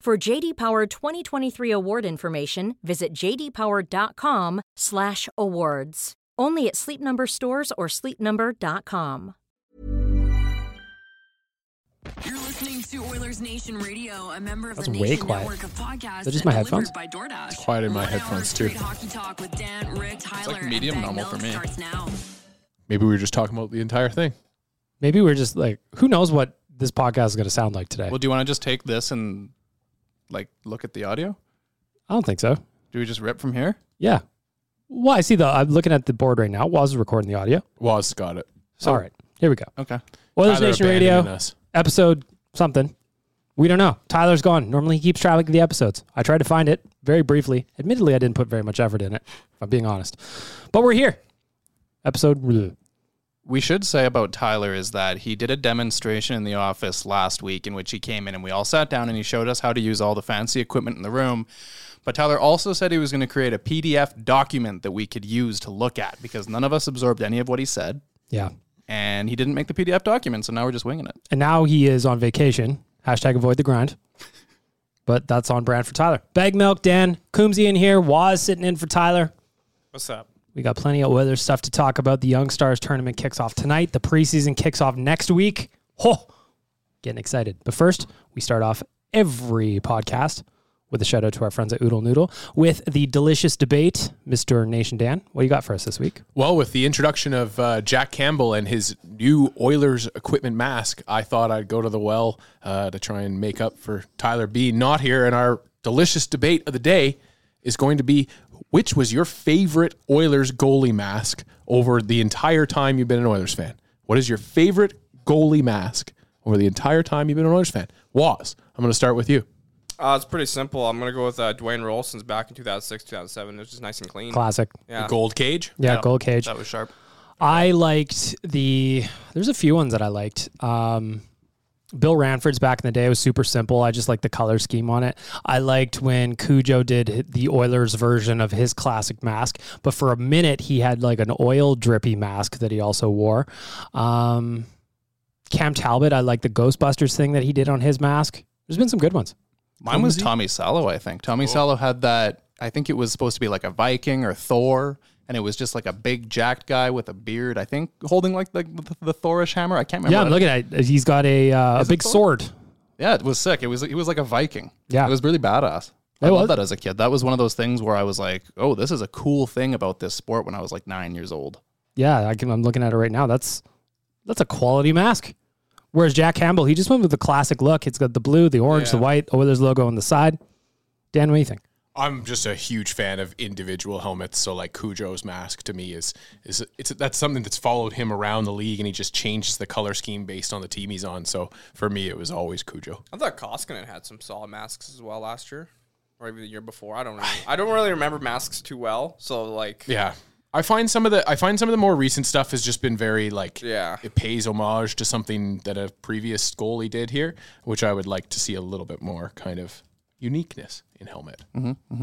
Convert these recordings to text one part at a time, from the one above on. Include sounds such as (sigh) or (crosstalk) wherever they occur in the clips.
For JD Power 2023 award information, visit jdpower.com/awards. Only at Sleep Number stores or sleepnumber.com. You're listening to Oilers Nation Radio, a member of That's the way Nation quiet. network of podcasts. That just my delivered headphones? By DoorDash. It's quiet in my One hour headphones, straight too. Hockey talk with Dan, Rick, Tyler, like and medium Ben normal for Mills me. Starts now. Maybe we were just talking about the entire thing. Maybe we're just like, who knows what this podcast is going to sound like today? Well, do you want to just take this and like look at the audio? I don't think so. Do we just rip from here? Yeah. Well, I see the. I'm looking at the board right now. while I was recording the audio. Was got it. So, All right, here we go. Oh, Okay. Oilers Tyler Nation abandoning Radio, us. episode something. We don't know. Tyler's gone. Normally he keeps track of the episodes. I tried to find it very briefly. Admittedly, I didn't put very much effort in it, if I'm being honest. But we're here. Episode. bleh. We should say about Tyler is that he did a demonstration in the office last week in which he came in and we all sat down and he showed us how to use all the fancy equipment in the room. But Tyler also said he was going to create a PDF document that we could use to look at because none of us absorbed any of what he said. Yeah. And he didn't make the PDF document, so now we're just winging it. And now he is on vacation. Hashtag avoid the grind. But that's on brand for Tyler. Bag milk, Dan. Coombsy in here. Waz sitting in for Tyler. What's up? We got plenty of weather stuff to talk about. The Young Stars tournament kicks off tonight. The preseason kicks off next week. Ho! Getting excited. But first, we start off every podcast with a shout out to our friends at Oodle Noodle with the delicious debate. Mr. Nation Dan, what you got for us this week? Well, with the introduction of uh, Jack Campbell and his new Oilers equipment mask, I thought I'd go to the well uh, to try and make up for Tyler B. not here. And our delicious debate of the day is going to be which was your favorite Oilers goalie mask over the entire time you've been an Oilers fan? What is your favorite goalie mask over the entire time you've been an Oilers fan? Was I'm going to start with you. Uh, it's pretty simple. I'm gonna go with uh, Dwayne Rolson's back in 2006, 2007. It was just nice and clean. Classic. Yeah. Gold cage. Yeah, gold cage. That was sharp. I liked the. There's a few ones that I liked. Um, Bill Ranford's back in the day was super simple. I just liked the color scheme on it. I liked when Cujo did the Oilers version of his classic mask, but for a minute he had like an oil drippy mask that he also wore. Um, Cam Talbot, I like the Ghostbusters thing that he did on his mask. There's been some good ones. Mine was Tommy Salo, I think. Oh. Tommy Salo had that. I think it was supposed to be like a Viking or Thor, and it was just like a big jacked guy with a beard. I think holding like the the, the Thorish hammer. I can't remember. yeah, I'm looking at it. He's got a uh, a Is it big Thor? sword. Yeah, it was sick. It was it was like a Viking. Yeah. it was really badass. I It was. loved that as a kid. That was one of those things where I was like, "Oh, this is a cool thing about this sport." When I was like nine years old, Yeah, I can, I'm looking at it right now. That's that's a quality mask. Whereas Jack Campbell, he just went with the oh, classic look. It's got the blue, the orange, the Yeah. white, Oilers logo on the side. Dan, what do you think? I'm just a huge fan of individual helmets. So like Cujo's mask to me is is it's that's something that's followed him around the league, and he just changes the color scheme based on the team he's on. So for me, it was always Cujo. I thought Koskinen had some solid masks as well last year, or even the year before. I don't know. I don't really remember masks too well. So like, Yeah. I find some of the I find some of the more recent stuff has just been very like Yeah. it pays homage to something that a previous goalie did here, which I would like to see a little bit more kind of uniqueness in helmet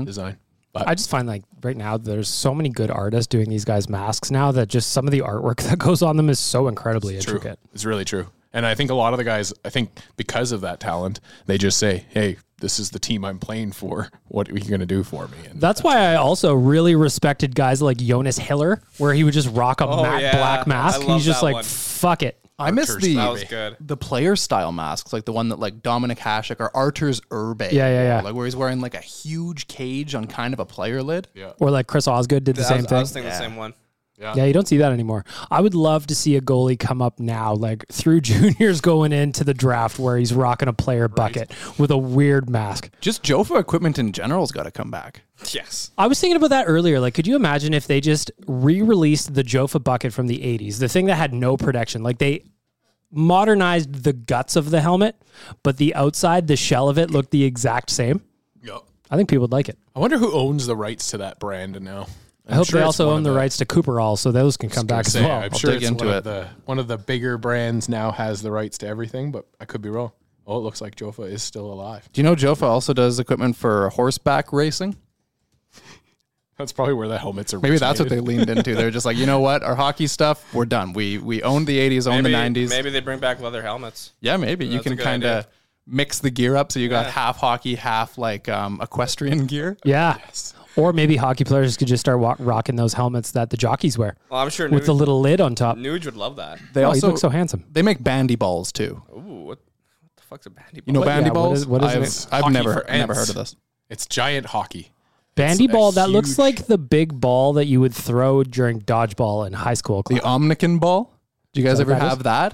design. But Mm-hmm, I just find like right now there's so many good artists doing these guys' masks now that just some of the artwork (laughs) that goes on them is so incredibly true. intricate. It's really true. And I think a lot of the guys, I think because of that talent, they just say, "Hey, this is the team I'm playing for. What are you going to do for me?" And That's why I also really respected guys like Jonas Hiller, where he would just rock a matte Oh, yeah. black mask. I love He's just that like, one. fuck it. I miss the that was good. the player style masks, like the one that like Dominic Hasek or Arturs Urbe. Yeah, yeah, yeah. Like where he's wearing like a huge cage on kind of a player lid. Yeah. Or like Chris Osgood did the I same was, thing. I was thinking the same one. (laughs) Yeah, you don't see that anymore. I would love to see a goalie come up now, like through (laughs) juniors going into the draft where he's rocking a player bucket with a weird mask. Just Jofa equipment in general's got to come back. Yes. I was thinking about that earlier. Like, could you imagine if they just re released the Jofa bucket from the 80s, the thing that had no protection? Like, they modernized the guts of the helmet, but the outside, the shell of it looked the exact same. I think people would like it. I wonder who owns the rights to that brand now. i hope they also own the, rights to Cooperall, so those can come back as well. (laughs) I'm I'll sure dig it's into one it. of the one of the bigger brands now has the rights to everything, but I could be wrong. Oh, it looks like Jofa is still alive. Do you know Jofa also does equipment for horseback racing? That's probably where the helmets are. Maybe that's what they originated. leaned into. They're just like, you know what? Our hockey stuff, we're done. We we owned the 80s, owned Maybe, the 90s. Maybe they bring back leather helmets. Yeah, maybe you That's a can good kind of idea. mix the gear up so you got half hockey, half like um, equestrian gear. Yeah. Or maybe hockey players could just start wa- rocking those helmets that the jockeys wear Well, I'm sure with the Nuge, little lid on top. Nuge would love that. They oh, also he looks so handsome. They make bandy balls too. Ooh, what, what the fuck's a bandy? You know ball? bandy yeah, what balls? is- what is I've, it? I've Hockey never for never ants. heard of this. It's giant hockey. Bandy a ball, that looks huge- like the big ball that you would throw during dodgeball in high school. The Class. Omnikin ball. Do you guys that ever what that have that?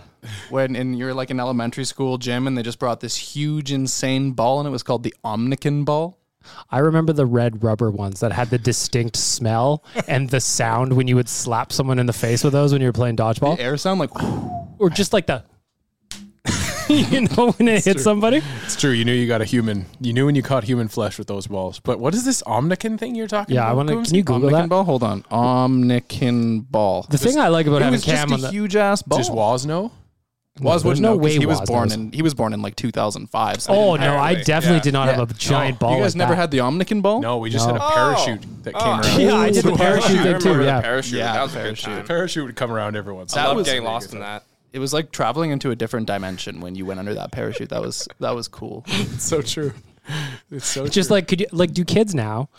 When in you're like an elementary school gym and they just brought this huge insane ball and it was called the Omnikin ball. I remember the red rubber ones that had the (laughs) distinct smell and the sound when you would slap someone in the face with those when you were playing dodgeball, Air sound like (sighs) or just like the, (laughs) you know, when it hits somebody. It's true. You knew you got a human. You knew when you caught human flesh with those balls. But what is this Omnikin thing you're talking Yeah, about? I want to. Coombs? Can you Google Omnikin that? ball. Hold on, Omnikin ball. The thing I like about it having was Cam on just a the huge ass ball. Does Wozno? was there's wouldn't no know 'cause way he was Woz born knows. in he was born in like 2005. So oh no, I Apparently, definitely yeah. did not have a Yeah. giant ball. You guys like never that. had the Omnikin ball? No, we just had a Oh. parachute that came Oh, around. Yeah, I did the I parachute thing remember too. the Yeah, parachute. Yeah, that was a good parachute. time. Parachute would come around every once. in a I while. love getting lost in that. It was like traveling into a different dimension when you went under that parachute. That was that was cool. (laughs) It's so true. It's so Just like could you like do kids now?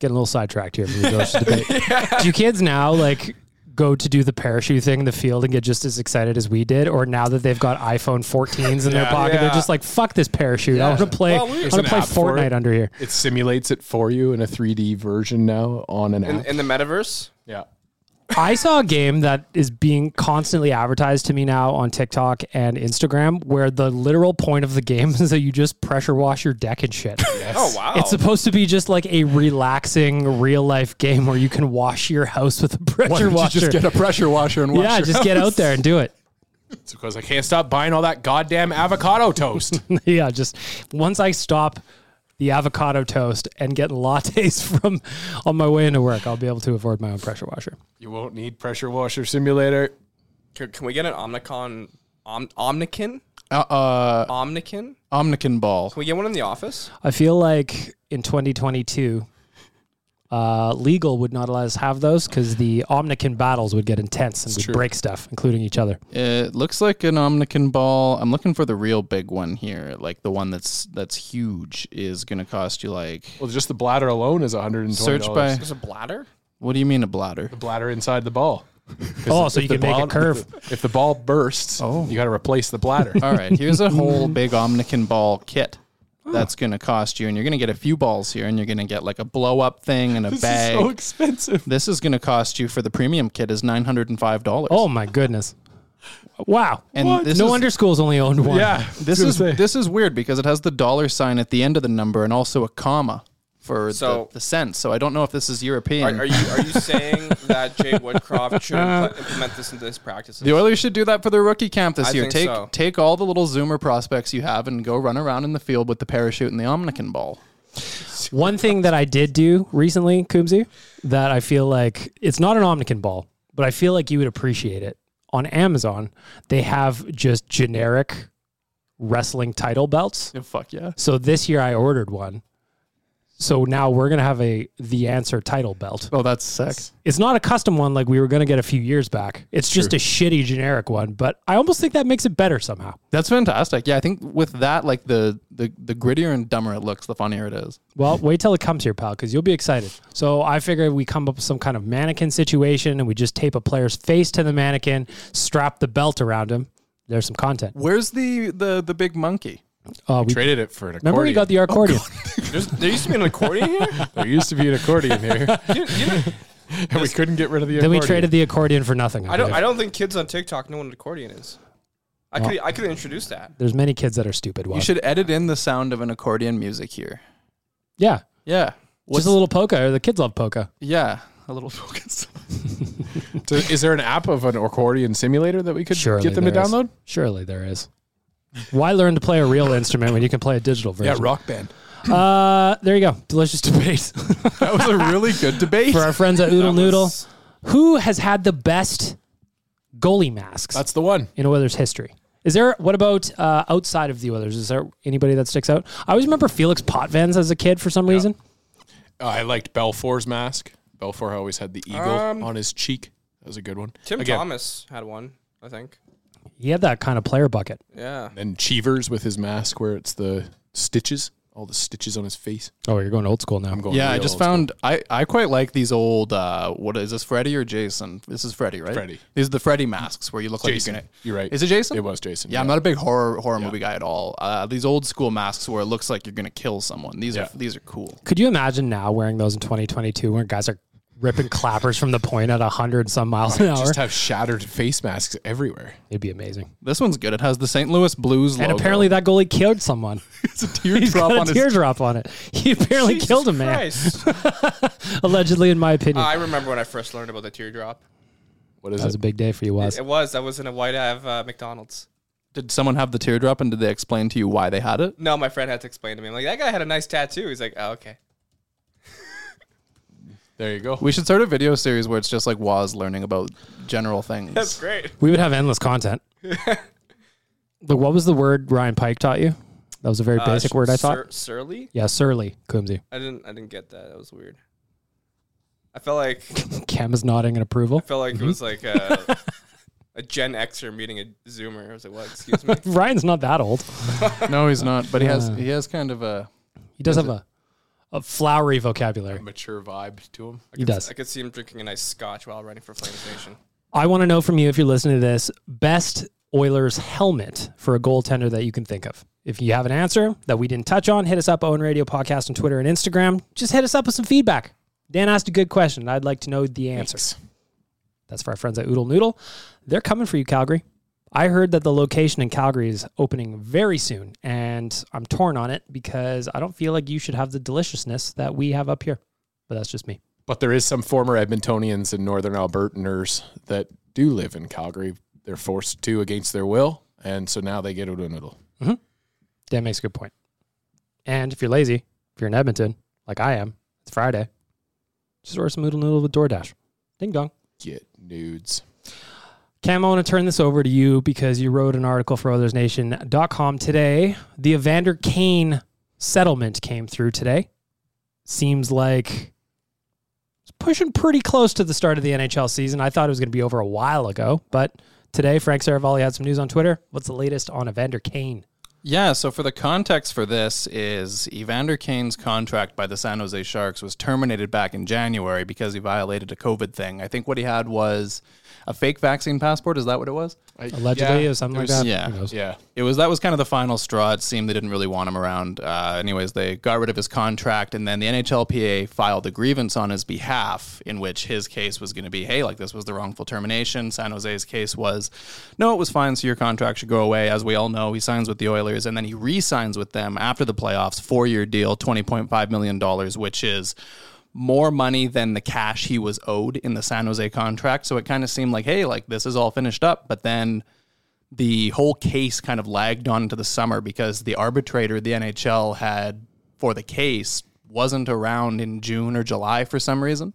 Getting a little sidetracked here from the George debate. Do kids now like go to do the parachute thing in the field and get just as excited as we did, or now that they've got iPhone 14s in their pocket, they're Yeah. just like, "Fuck this parachute! I want to play. Well, we- I There's want to an play app for Fortnite it. under here." it simulates it for you in a 3D version now on an In, app. in the metaverse, yeah. I saw a game that is being constantly advertised to me now on TikTok and Instagram, where the literal point of the game (laughs) is that you just pressure wash your deck and shit. oh wow, It's supposed to be just like a relaxing real life game where you can wash your house with a (laughs) pressure washer. a pressure washer and yeah, just get out there and do it. (laughs) It's because I can't stop buying all that goddamn (laughs) avocado toast. yeah, just once I stop the avocado toast and get lattes (laughs) from on my way into work, I'll be able to afford my own pressure washer. you won't need pressure washer simulator. can, can we get an Omnicon, Om, Omnikin, (laughs) Uh, uh, Omnikin? Can Omnikin ball. we get one in the office? I feel like in 2022, uh, legal would not let us have those because the Omnikin battles would get intense and we'd break stuff, including each other. It looks like an Omnikin ball. I'm looking for the real big one here. Like the one that's that's huge is gonna cost you like. Well, just the bladder alone is 120. Search by. There's a bladder. What do you mean a bladder? bladder inside the ball. (laughs) Oh, so you the can make ball- it curve. Oh. Uh, If the ball bursts, you got to replace (laughs) the bladder. All right, (laughs) here's a whole big Omnikin ball kit. That's gonna cost you, and you're gonna get a few balls here, and you're gonna get like a blow up (laughs) thing and a bag. expensive. This is going to cost you for the premium kit is nine hundred and five dollars. Oh my goodness! Wow. And And this no is- wonder schools only owned one. (laughs) Yeah, this is this is weird because it has the dollar sign at the end of the number and also a comma for So- the, the sense. So I don't know if this is European. Are, are you are you (laughs) saying that Jay Woodcroft should Uh, impl- implement this into his practices? the Oilers should do that for their rookie camp this I year. think take so. take all the little zoomer prospects you have and go run around in the field with the parachute and the omnikin ball. One thing that I did do recently, Coombsy, that I feel like it's not an Omnikin ball, but I feel like you would appreciate it. On Amazon, they have just generic wrestling title belts. Oh, Yeah, fuck yeah. So this year I ordered one. So now we're gonna have a the answer title belt. Oh, that's sick. It's not a custom one like we were gonna get a few years back. It's just a shitty generic one, but I almost think that makes it better somehow. That's fantastic. Yeah, I think with that, like the the the grittier and dumber it looks, the funnier it is. Well, wait till it comes here, pal, because you'll be excited. So I figure we come up with some kind of mannequin situation and we just tape a player's face to the mannequin, strap the belt around him. There's some content. Where's the the the big monkey? Uh, we, Traded it for an accordion. remember we got the accordion. There's, there used to be an accordion here. (laughs) there used to be an accordion (laughs) here, and we couldn't get rid of the. then accordion. we traded the accordion for nothing. I don't. believe. I don't think kids on TikTok know what an accordion is. I could. I could introduce that. There's many kids that are stupid. You Well, should edit in the sound of an accordion music here. yeah. Yeah. just a little polka. Or the kids love polka. Yeah, a (laughs) little focus. So is there an app of an accordion simulator that we could get them to there is. download? Surely there is. Why learn to play a real instrument when you can play a digital version? Rock Band. Uh, there you go. Delicious debate (laughs) That was a really good debate. for our friends (laughs) at Oodle Noodle. Who has had the best goalie masks That's the one. in Oilers history? Is there what about uh, outside of the Oilers? Is there anybody that sticks out? I always remember Felix Potvins as a kid for some reason. Uh, I liked Belfour's mask. Belfour always had the eagle on his cheek. That was a good one. Um, Tim Again, Thomas had one. I think. He had that kind of player bucket. Yeah. And Cheevers with his mask where it's the stitches, all the stitches on his face. Oh, you're going old school now. I'm going. Yeah, I real just old school. found I, I quite like these old uh what is this Freddy or Jason? This is Freddy, right? Freddy. These are the Freddy masks where you look Jason. like you're You're gonna right. Is it Jason? It was Jason, Yeah, I'm yeah. not a big horror horror movie guy at all. Uh, these old school masks where it looks like you're gonna kill someone. These Yeah. are these are cool. Could you imagine now wearing those in 2022 when guys are ripping clappers from the point at 100 some miles an hour? Just have shattered face masks everywhere. It'd be amazing. This one's good. It has the St. Louis Blues And logo. apparently that goalie killed someone. (laughs) it's a He's teardrop got on a his teardrop on it. He (laughs) apparently Jesus killed a man, Christ. (laughs) Uh, allegedly, in my opinion. I remember when I first learned about the teardrop. What is that was a it? big day for you, was It was. I was in a white of uh, McDonald's. Did someone have the teardrop and did they explain to you why they had it? No, my friend had to explain to me. I'm like, that guy had a nice tattoo. He's like, oh, okay. There you go. We should start a video series where it's just like Waz learning about general things. That's great. We would have (laughs) endless content. But what was the word Ryan Pike taught you? That was a Uh, very basic word, I thought. Sur- surly? yeah, surly, (laughs) Coombsy. I didn't. I didn't get that. That was weird. I felt like Cam is nodding in approval. felt like it was like (laughs) a, a Gen Xer meeting a Zoomer. I was like, what? Excuse me. Ryan's not that old. No, he's not, but he has he has kind of a He does have a, a flowery vocabulary. Mature vibe to him. (laughs) He does. I could see him drinking a nice scotch while running for Flames Nation. I want to know from you if you're listening to this best Oilers helmet for a goaltender that you can think of. If you have an answer that we didn't touch on, hit us up, Owen Radio Podcast on Twitter and Instagram. Just hit us up with some feedback. Dan asked a good question. and I'd like to know the answer. That's for our friends at Oodle Noodle. They're coming for you, Calgary. I heard that the location in Calgary is opening very soon, and I'm torn on it because I don't feel like you should have the deliciousness that we have up here. But that's just me. But there is some former Edmontonians and northern Albertaners that do live in Calgary. They're forced to against their will, and so now they get Oodle Noodle. Dan makes a good point. And if you're lazy, if you're in Edmonton, like I am, it's Friday. Just order some noodle noodle with DoorDash. Ding dong. Get nudes. Cam, I want to turn this over to you because you wrote an article for OthersNation.com today. The Evander Kane settlement came through today. Seems like it's pushing pretty close to the start of the NHL season. I thought it was going to be over a while ago, but today Frank Saravalli had some news on Twitter. What's the latest on Evander Kane? Yeah, so for the context for this is Evander Kane's contract by the San Jose Sharks was terminated back in January because he violated a COVID thing. I think what he had was a fake vaccine passport, is that what it was? Allegedly, or something like that. yeah. Who knows? Yeah. It was that was kind of the final straw. It seemed they didn't really want him around. Uh, anyways, they got rid of his contract, and then the NHLPA filed a grievance on his behalf, in which his case was going to be, hey, like this was the wrongful termination. San Jose's case was, no, it was fine, so your contract should go away. As we all know, he signs with the Oilers. Oilers, and then he re-signs with them after the playoffs, four-year deal, twenty point five million dollars, which is more money than the cash he was owed in the San Jose contract. So it kind of seemed like, hey, like this is all finished up, but then the whole case kind of lagged on into the summer because the arbitrator the NHL had for the case wasn't around in June or July for some reason.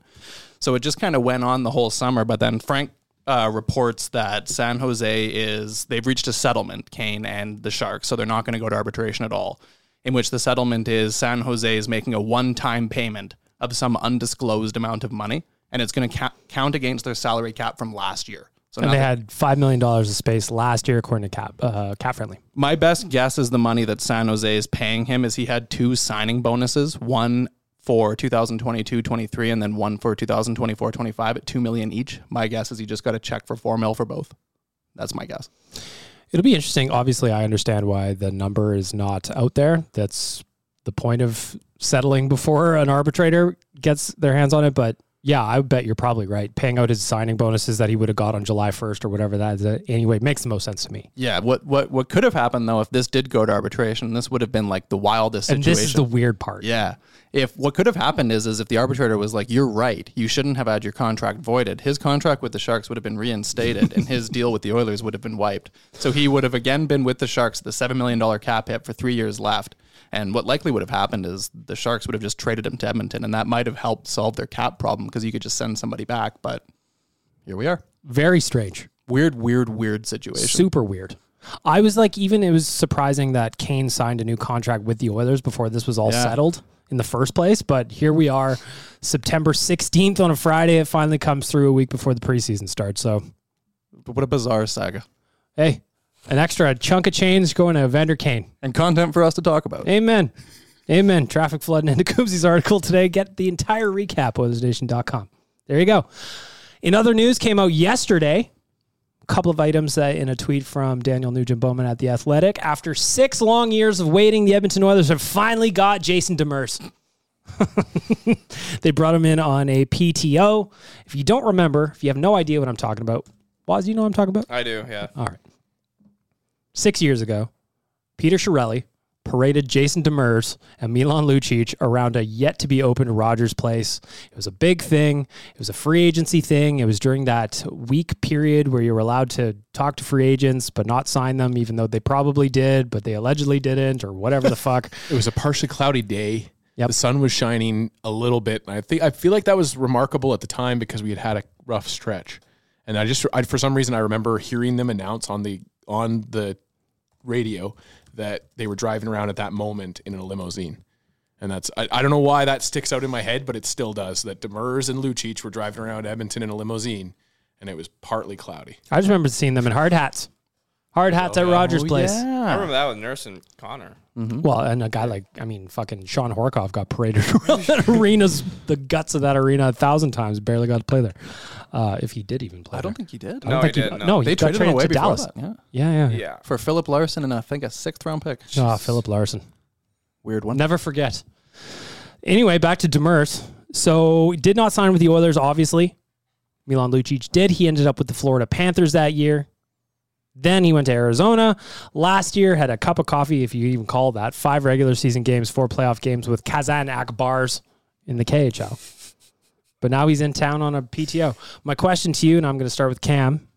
So it just kind of went on the whole summer. But then Frank uh, reports that San Jose is, they've reached a settlement, Kane and the Sharks. So they're not going to go to arbitration at all. In which the settlement is San Jose is making a one time payment of some undisclosed amount of money. And it's going to ca- count against their salary cap from last year. So And now they they're- had five million dollars of space last year, according to Cap uh, Cap Friendly. My best guess is the money that San Jose is paying him is he had two signing bonuses, one for 2022-23 and then one for 2024-25 at 2 million each. My guess is he just got a check for 4 mil for both. That's my guess. It'll be interesting. Obviously, I understand why the number is not out there. That's the point of settling before an arbitrator gets their hands on it. But yeah, I bet you're probably right. Paying out his signing bonuses that he would have got on July 1st or whatever that is, uh, anyway, makes the most sense to me. Yeah, what what what could have happened though if this did go to arbitration, this would have been like the wildest And situation. this is the weird part. Yeah. If what could have happened is is if the arbitrator was like, "You're right. You shouldn't have had your contract voided." His contract with the Sharks would have been reinstated, and his deal with the Oilers would have been wiped. So he would have again been with the Sharks, the seven million dollar cap hit for three years left. And what likely would have happened is the Sharks would have just traded him to Edmonton, and that might have helped solve their cap problem because you could just send somebody back. But here we are. Very strange. Weird, weird, weird situation. Super weird. I was like, even it was surprising that Kane signed a new contract with the Oilers before this was all Yeah. settled in the first place. But here we are, September 16th on a Friday. It finally comes through a week before the preseason starts. So, But what a bizarre saga hey, an extra chunk of change going to Vander Kane. and content for us to talk about. Amen. Amen. Traffic flooding (laughs) into Coombsy's article today. Get the entire recap, OilersNation.com. There you go. In other news, came out yesterday. A couple of items that in a tweet from Daniel Nugent Bowman at The Athletic. After six long years of waiting, the Edmonton Oilers have finally got Jason Demers. (laughs) they brought him in on a PTO. If you don't remember, if you have no idea what I'm talking about, Waz, you know what I'm talking about? I do, yeah. All right. Six years ago, Peter Shirelli paraded Jason Demers and Milan Lucic around a yet to be opened Rogers place. It was a big thing. It was a free agency thing. It was during that week period where you were allowed to talk to free agents but not sign them, even though they probably did, but they allegedly didn't, or whatever the (laughs) fuck. It was a partially cloudy day. Yep. The sun was shining a little bit, and I think I feel like that was remarkable at the time because we had had a rough stretch, and I just I, for some reason I remember hearing them announce on the on the radio that they were driving around at that moment in a limousine, and that's I, I don't know why that sticks out in my head, but it still does. That Demers and Lucic were driving around Edmonton in a limousine, and it was partly cloudy. I just remember seeing them in hard hats. Hard hats at Rogers Place. I remember that with Nurse and Connor. Mm-hmm. Well, and a guy like I mean, fucking Sean Horkoff got paraded (laughs) around that arena's the guts of that arena a thousand times. Barely got to play there, uh, if he did even play. I don't there. think he did. No, he didn't. no, no. he They got traded him away to before Dallas. that, yeah. Yeah, yeah. Yeah. for Philip Larson and I think a sixth round pick. Ah, Philip Larson. Weird one. Never forget. Anyway, back to Demers. So did not sign with the Oilers, obviously. Milan Lucic did. He ended up with the Florida Panthers that year. Then he went to Arizona. Last year had a cup of coffee, if you even call that. Five regular season games, four playoff games with Kazan Akbars in the KHL. But now he's in town on a PTO. My question to you, and I'm going to start with Cam.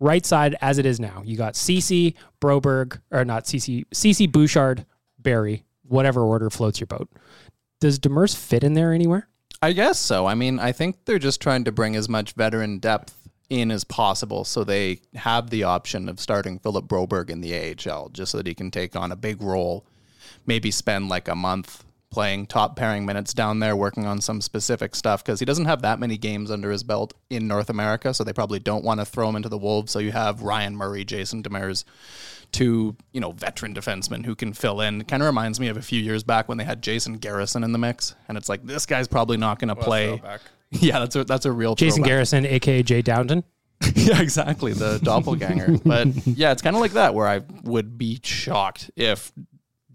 Right side as it is now, you got CC Broberg or not CC CC Bouchard Barry, whatever order floats your boat. Does Demers fit in there anywhere? I guess so. I mean, I think they're just trying to bring as much veteran depth in as possible so they have the option of starting Philip Broberg in the AHL just so that he can take on a big role, maybe spend like a month playing top pairing minutes down there working on some specific stuff because he doesn't have that many games under his belt in North America so they probably don't want to throw him into the wolves so you have Ryan Murray, Jason Demers, two, you know, veteran defensemen who can fill in. Kind of reminds me of a few years back when they had Jason Garrison in the mix, and it's like this guy's probably not going to play. Throwback. (laughs) Yeah, that's a that's a real Jason throwback. Garrison, aka Jay Downton. (laughs) yeah, exactly (laughs) the doppelganger. but yeah, it's kind of like that where I would be shocked if.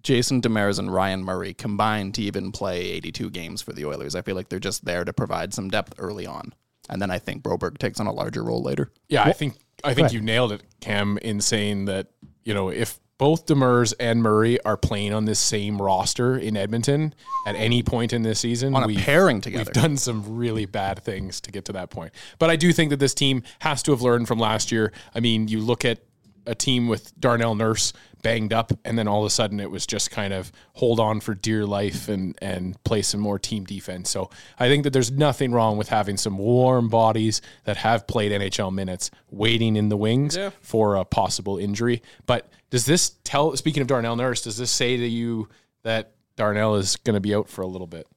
Jason Demers and Ryan Murray combined to even play 82 games for the Oilers. I feel like they're just there to provide some depth early on. And then I think Broberg takes on a larger role later. Yeah, I think I think you nailed it, Cam, in saying that you know if both Demers and Murray are playing on this same roster in Edmonton at any point in this season. On a we've- pairing together. We've done some really bad things to get to that point. But I do think that this team has to have learned from last year. I mean, you look at a team with Darnell Nurse banged up, and then all of a sudden it was just kind of hold on for dear life and and play some more team defense. So I think that there's nothing wrong with having some warm bodies that have played NHL minutes waiting in the wings for a possible injury. But does this tell? Speaking of Darnell Nurse, does this say to you that Darnell is going to be out for a little bit?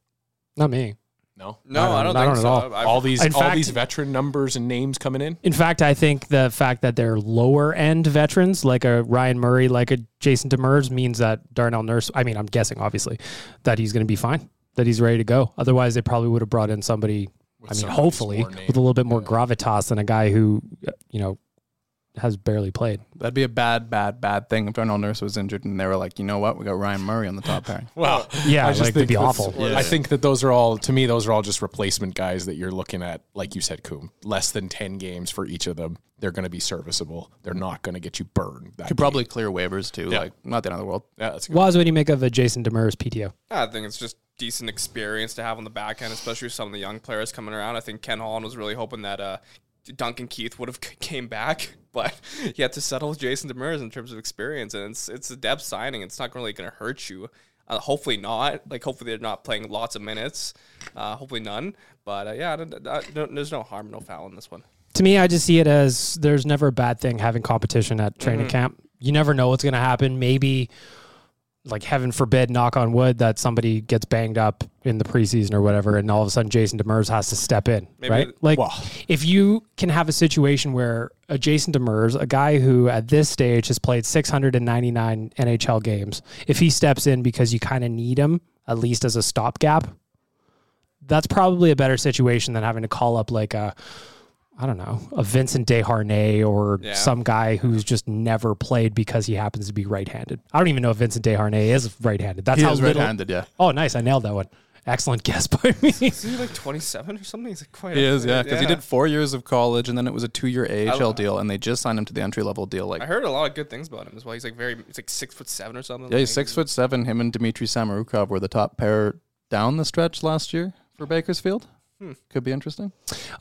Not me. No. No, I don't, I think so. don't at all. I- all these In all fact- these veteran numbers and names coming in. In fact, I think the fact that they're lower end veterans like a Ryan Murray, like a Jason Demers, means that Darnell Nurse. I mean, I'm guessing obviously that he's going to be fine, that he's ready to go. Otherwise, they probably would have brought in somebody. I mean, somebody hopefully more with name. a little bit more gravitas than a guy who, uh, you know, has barely played. That'd be a bad, bad, bad thing if Darnell Nurse was injured and they were like, you know what, we got Ryan Murray on the top pairing. (laughs) Wow. Yeah, like, that'd be that's- awful. I think that those are all to me. Those are all just replacement guys that you're looking at, like you said, Coom. Less than ten games for each of them. They're going to be serviceable. They're not going to get you burned. That (laughs) Could probably clear waivers too. Yeah. Like not the end of the world. game. Yeah, that's good. Waz, what do you make of a Jason Demers PTO? I think it's just decent experience to have on the back end, especially with some of the young players coming around. I think Ken Holland was really hoping that uh, Duncan Keith would have (laughs) c- came back, but he had to settle with Jason Demers in terms of experience, and it's it's a depth signing. It's not really going to hurt you. Uh, hopefully not. Like hopefully they're not playing lots of minutes. Uh, hopefully none. But uh, yeah, I don't- I don't- there's no harm, no foul in this one. To me, I just see it as there's never a bad thing having competition at training camp. You never know what's going to happen. Maybe, like heaven forbid, knock on wood, that somebody gets banged up in the preseason or whatever, and all of a sudden Jason Demers has to step in, Maybe- right? Like, if you can have a situation where a Jason Demers, a guy who at this stage has played 699 NHL games, if he steps in because you kind of need him, at least as a stopgap, that's probably a better situation than having to call up like a I don't know, a Vincent DeHarnay or Yeah. some guy who's just never played because he happens to be right-handed. I don't even know if Vincent DeHarnay is right-handed. That's He how is little- right-handed, yeah. Oh, nice! I nailed that one. Excellent guess (laughs) by me. Is he like 27 or something? He's like quite. He a- is, yeah, because he did four years of college and then it was a two-year AHL deal, and they just signed him to the entry-level deal. Like, I heard a lot of good things about him as well. He's like very, he's like six foot seven or something. yeah, he's Like, six foot seven. Him and Dmitry Samarukov were the top pair down the stretch last year for Bakersfield. Could be interesting.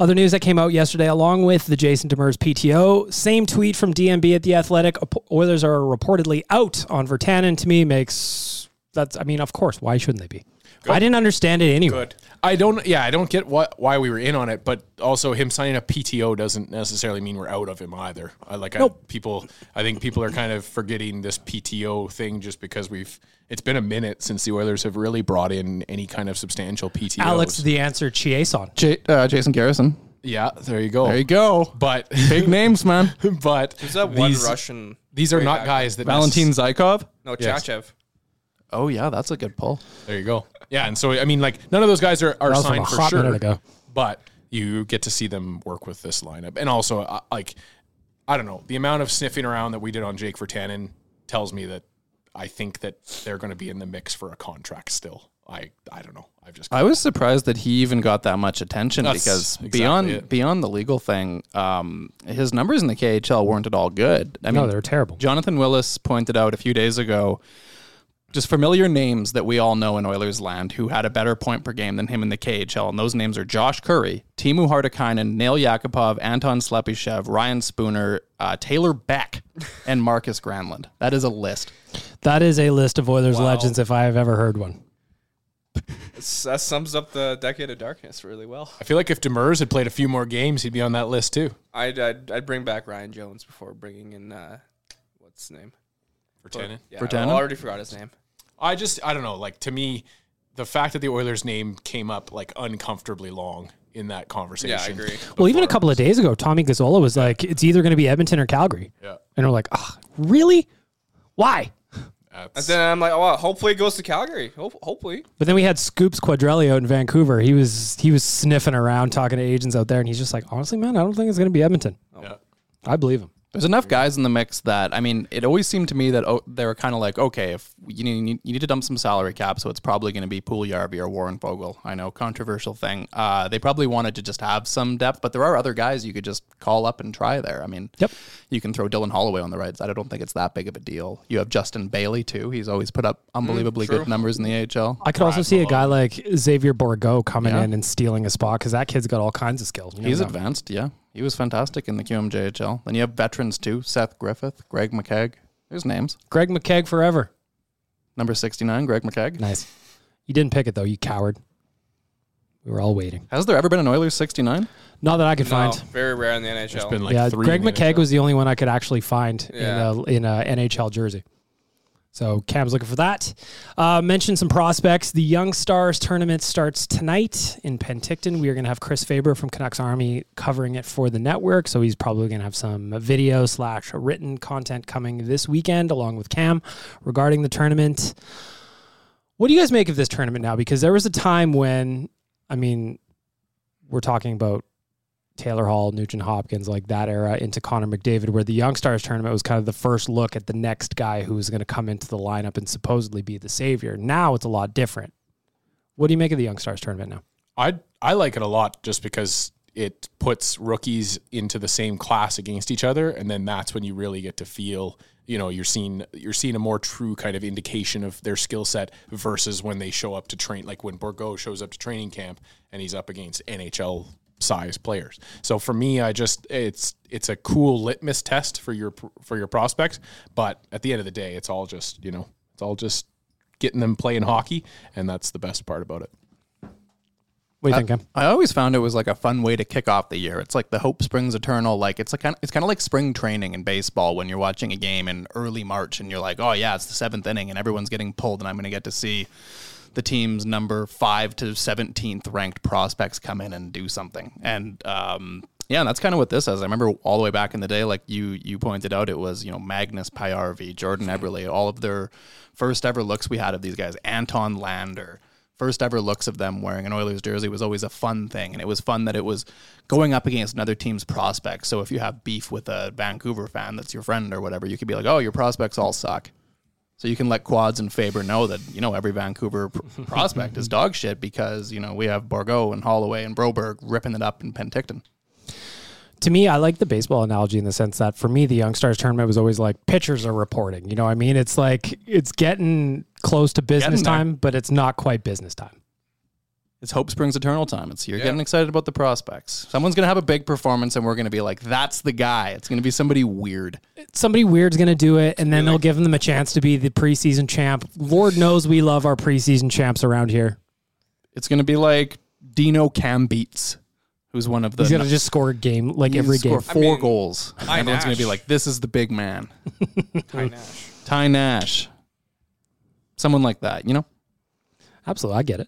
Other news that came out yesterday, along with the Jason Demers PTO, same tweet from DMB at the Athletic. Oilers are reportedly out on Vertanen. To me, makes that's. I mean, of course, why shouldn't they be? I didn't understand it anyway. Good. I don't. Yeah, I don't get what why we were in on it, but also him signing a PTO doesn't necessarily mean we're out of him either. I like I, people. I think people are kind of forgetting this PTO thing just because we've. It's been a minute since the Oilers have really brought in any kind of substantial PTO. Alex, the answer, Chieson. J- uh, Jason Garrison. yeah, there you go. There you go. But (laughs) Big names, man. but Is that one these, Russian? These are way not back? guys that Valentin Zykov. No, Yes. Chachev. Oh yeah, that's a good pull. There you go. Yeah, and so I mean, like none of those guys are, are That was signed from a for hot sure. minute ago. But you get to see them work with this lineup, and also uh, like I don't know the amount of sniffing around that we did on Jake Vertanen tells me that I think that they're going to be in the mix for a contract still. I I don't know. I've just I was surprised that he even got that much attention That's because exactly beyond it. beyond the legal thing, um, his numbers in the KHL weren't at all good. I No, mean, they're terrible. Jonathan Willis pointed out a few days ago just familiar names that we all know in Oilers land who had a better point per game than him in the KHL, and those names are Josh Curry, Timu Hardikainen, Nail Yakupov, Anton Slepyshev, Ryan Spooner, uh, Taylor Beck, and Marcus Granlund. That is a list. That is a list of Oilers legends if I have ever heard one. It's- That sums up the decade of darkness really well. I feel like if Demers had played a few more games, he'd be on that list too. I'd I'd, I'd bring back Ryan Jones before bringing in uh, what's his name? Vertanen. Yeah, Vertanen? I already forgot his name. I just I don't know. Like to me, the fact that the Oilers name came up like uncomfortably long in that conversation. Yeah, I agree. Well, even a couple of days ago, Tommy Gazzola was like, it's either going to be Edmonton or Calgary. Yeah. And we're like, ah, really? Why? And That's- then I'm like, oh, well, hopefully it goes to Calgary. Ho- hopefully, But then we had Scoops Quadrelli out in Vancouver. He was he was sniffing around talking to agents out there, and he's just like, honestly, man, I don't think it's going to be Edmonton. I believe him. There's enough guys in the mix that I mean, it always seemed to me that oh, they were kind of like, okay, if you need you need to dump some salary cap, so it's probably going to be Pool Yarby or Warren Fogle. I know controversial thing. Uh, they probably wanted to just have some depth, but there are other guys you could just call up and try there. I mean, Yep. you can throw Dylan Holloway on the right side. I don't think it's that big of a deal. You have Justin Bailey too. He's always put up unbelievably good numbers in the AHL. I could also see a guy like Xavier Borgo coming in and stealing a spot because that kid's got all kinds of skills. You never He's know. advanced, yeah. He was fantastic in the QMJHL. Then you have veterans too: Seth Griffith, Greg McKeag. There's names. Greg McKeag forever. Number 69, Greg McKeag. Nice. You didn't pick it though, you coward. We were all waiting. Has there ever been an Oilers 69? Not that I could No, find. very rare in the NHL. It's been like yeah, three. Greg in the McKeag NHL. was the only one I could actually find Yeah. in a, in a NHL jersey. So Cam's looking for that. Uh, mention some prospects. The Young Stars tournament starts tonight in Penticton. We are going to have Chris Faber from Canucks Army covering it for the network. So he's probably going to have some video slash written content coming this weekend along with Cam regarding the tournament. What do you guys make of this tournament now? Because there was a time when, I mean, we're talking about Taylor Hall, Nugent Hopkins, like that era into Connor McDavid, where the Young Stars tournament was kind of the first look at the next guy who was going to come into the lineup and supposedly be the savior. Now it's a lot different. What do you make of the Young Stars tournament now? I I like it a lot just because it puts rookies into the same class against each other, and then that's when you really get to feel you know you're seeing you're seeing a more true kind of indication of their skill set versus when they show up to train like when Borgo shows up to training camp and he's up against NHL size players. So for me, I just it's it's a cool litmus test for your for your prospects, but at the end of the day, it's all just you know it's all just getting them playing hockey, and that's the best part about it. What do you Uh, think, Cam? I always found it was like a fun way to kick off the year. It's like the hope springs eternal. Like it's like kind of, it's kind of like spring training in baseball when you're watching a game in early March and you're like, oh yeah, it's the seventh inning and everyone's getting pulled and I'm going to get to see the team's number five to seventeenth ranked prospects come in and do something. And um, yeah, and that's kind of what this is. I remember all the way back in the day, like you you pointed out, it was you know Magnus Payarvi, Jordan Eberle, all of their first ever looks we had of these guys, Anton Lander. First ever looks of them wearing an Oilers jersey was always a fun thing, and it was fun that it was going up against another team's prospects. So if you have beef with a Vancouver fan that's your friend or whatever, you could be like, "Oh, your prospects all suck." So you can let Quads and Faber know that you know every Vancouver (laughs) pr- prospect is dog shit because you know we have Borgo and Holloway and Broberg ripping it up in Penticton. to me, I like the baseball analogy in the sense that for me, the Young Stars tournament was always like pitchers are reporting. You know what I mean? It's like it's getting close to business Getting there. time, but it's not quite business time. It's hope springs eternal time. It's you're getting excited about the prospects. Someone's gonna have a big performance, and we're gonna be like, "That's the guy." It's gonna be somebody weird. somebody weird's going to do it, and then they'll give them a chance to be the preseason champ. Lord knows we love our preseason champs around here. It's gonna be like Dino Cambeats, who's one of the He's going to just score a game like every game. score I four mean, goals. Ty Everyone's gonna Nash. be like, "This is the big man." Ty Nash. Ty Nash, someone like that, you know. Absolutely, I get it.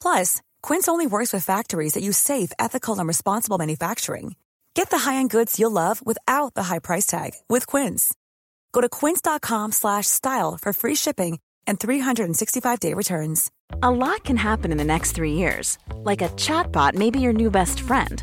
Plus, Quince only works with factories that use safe, ethical, and responsible manufacturing. Get the high-end goods you'll love without the high price tag with Quince. Go to quince.com/style slash style for free shipping and 365-day returns. A lot can happen in the next three years. Like a chatbot may be your new best friend.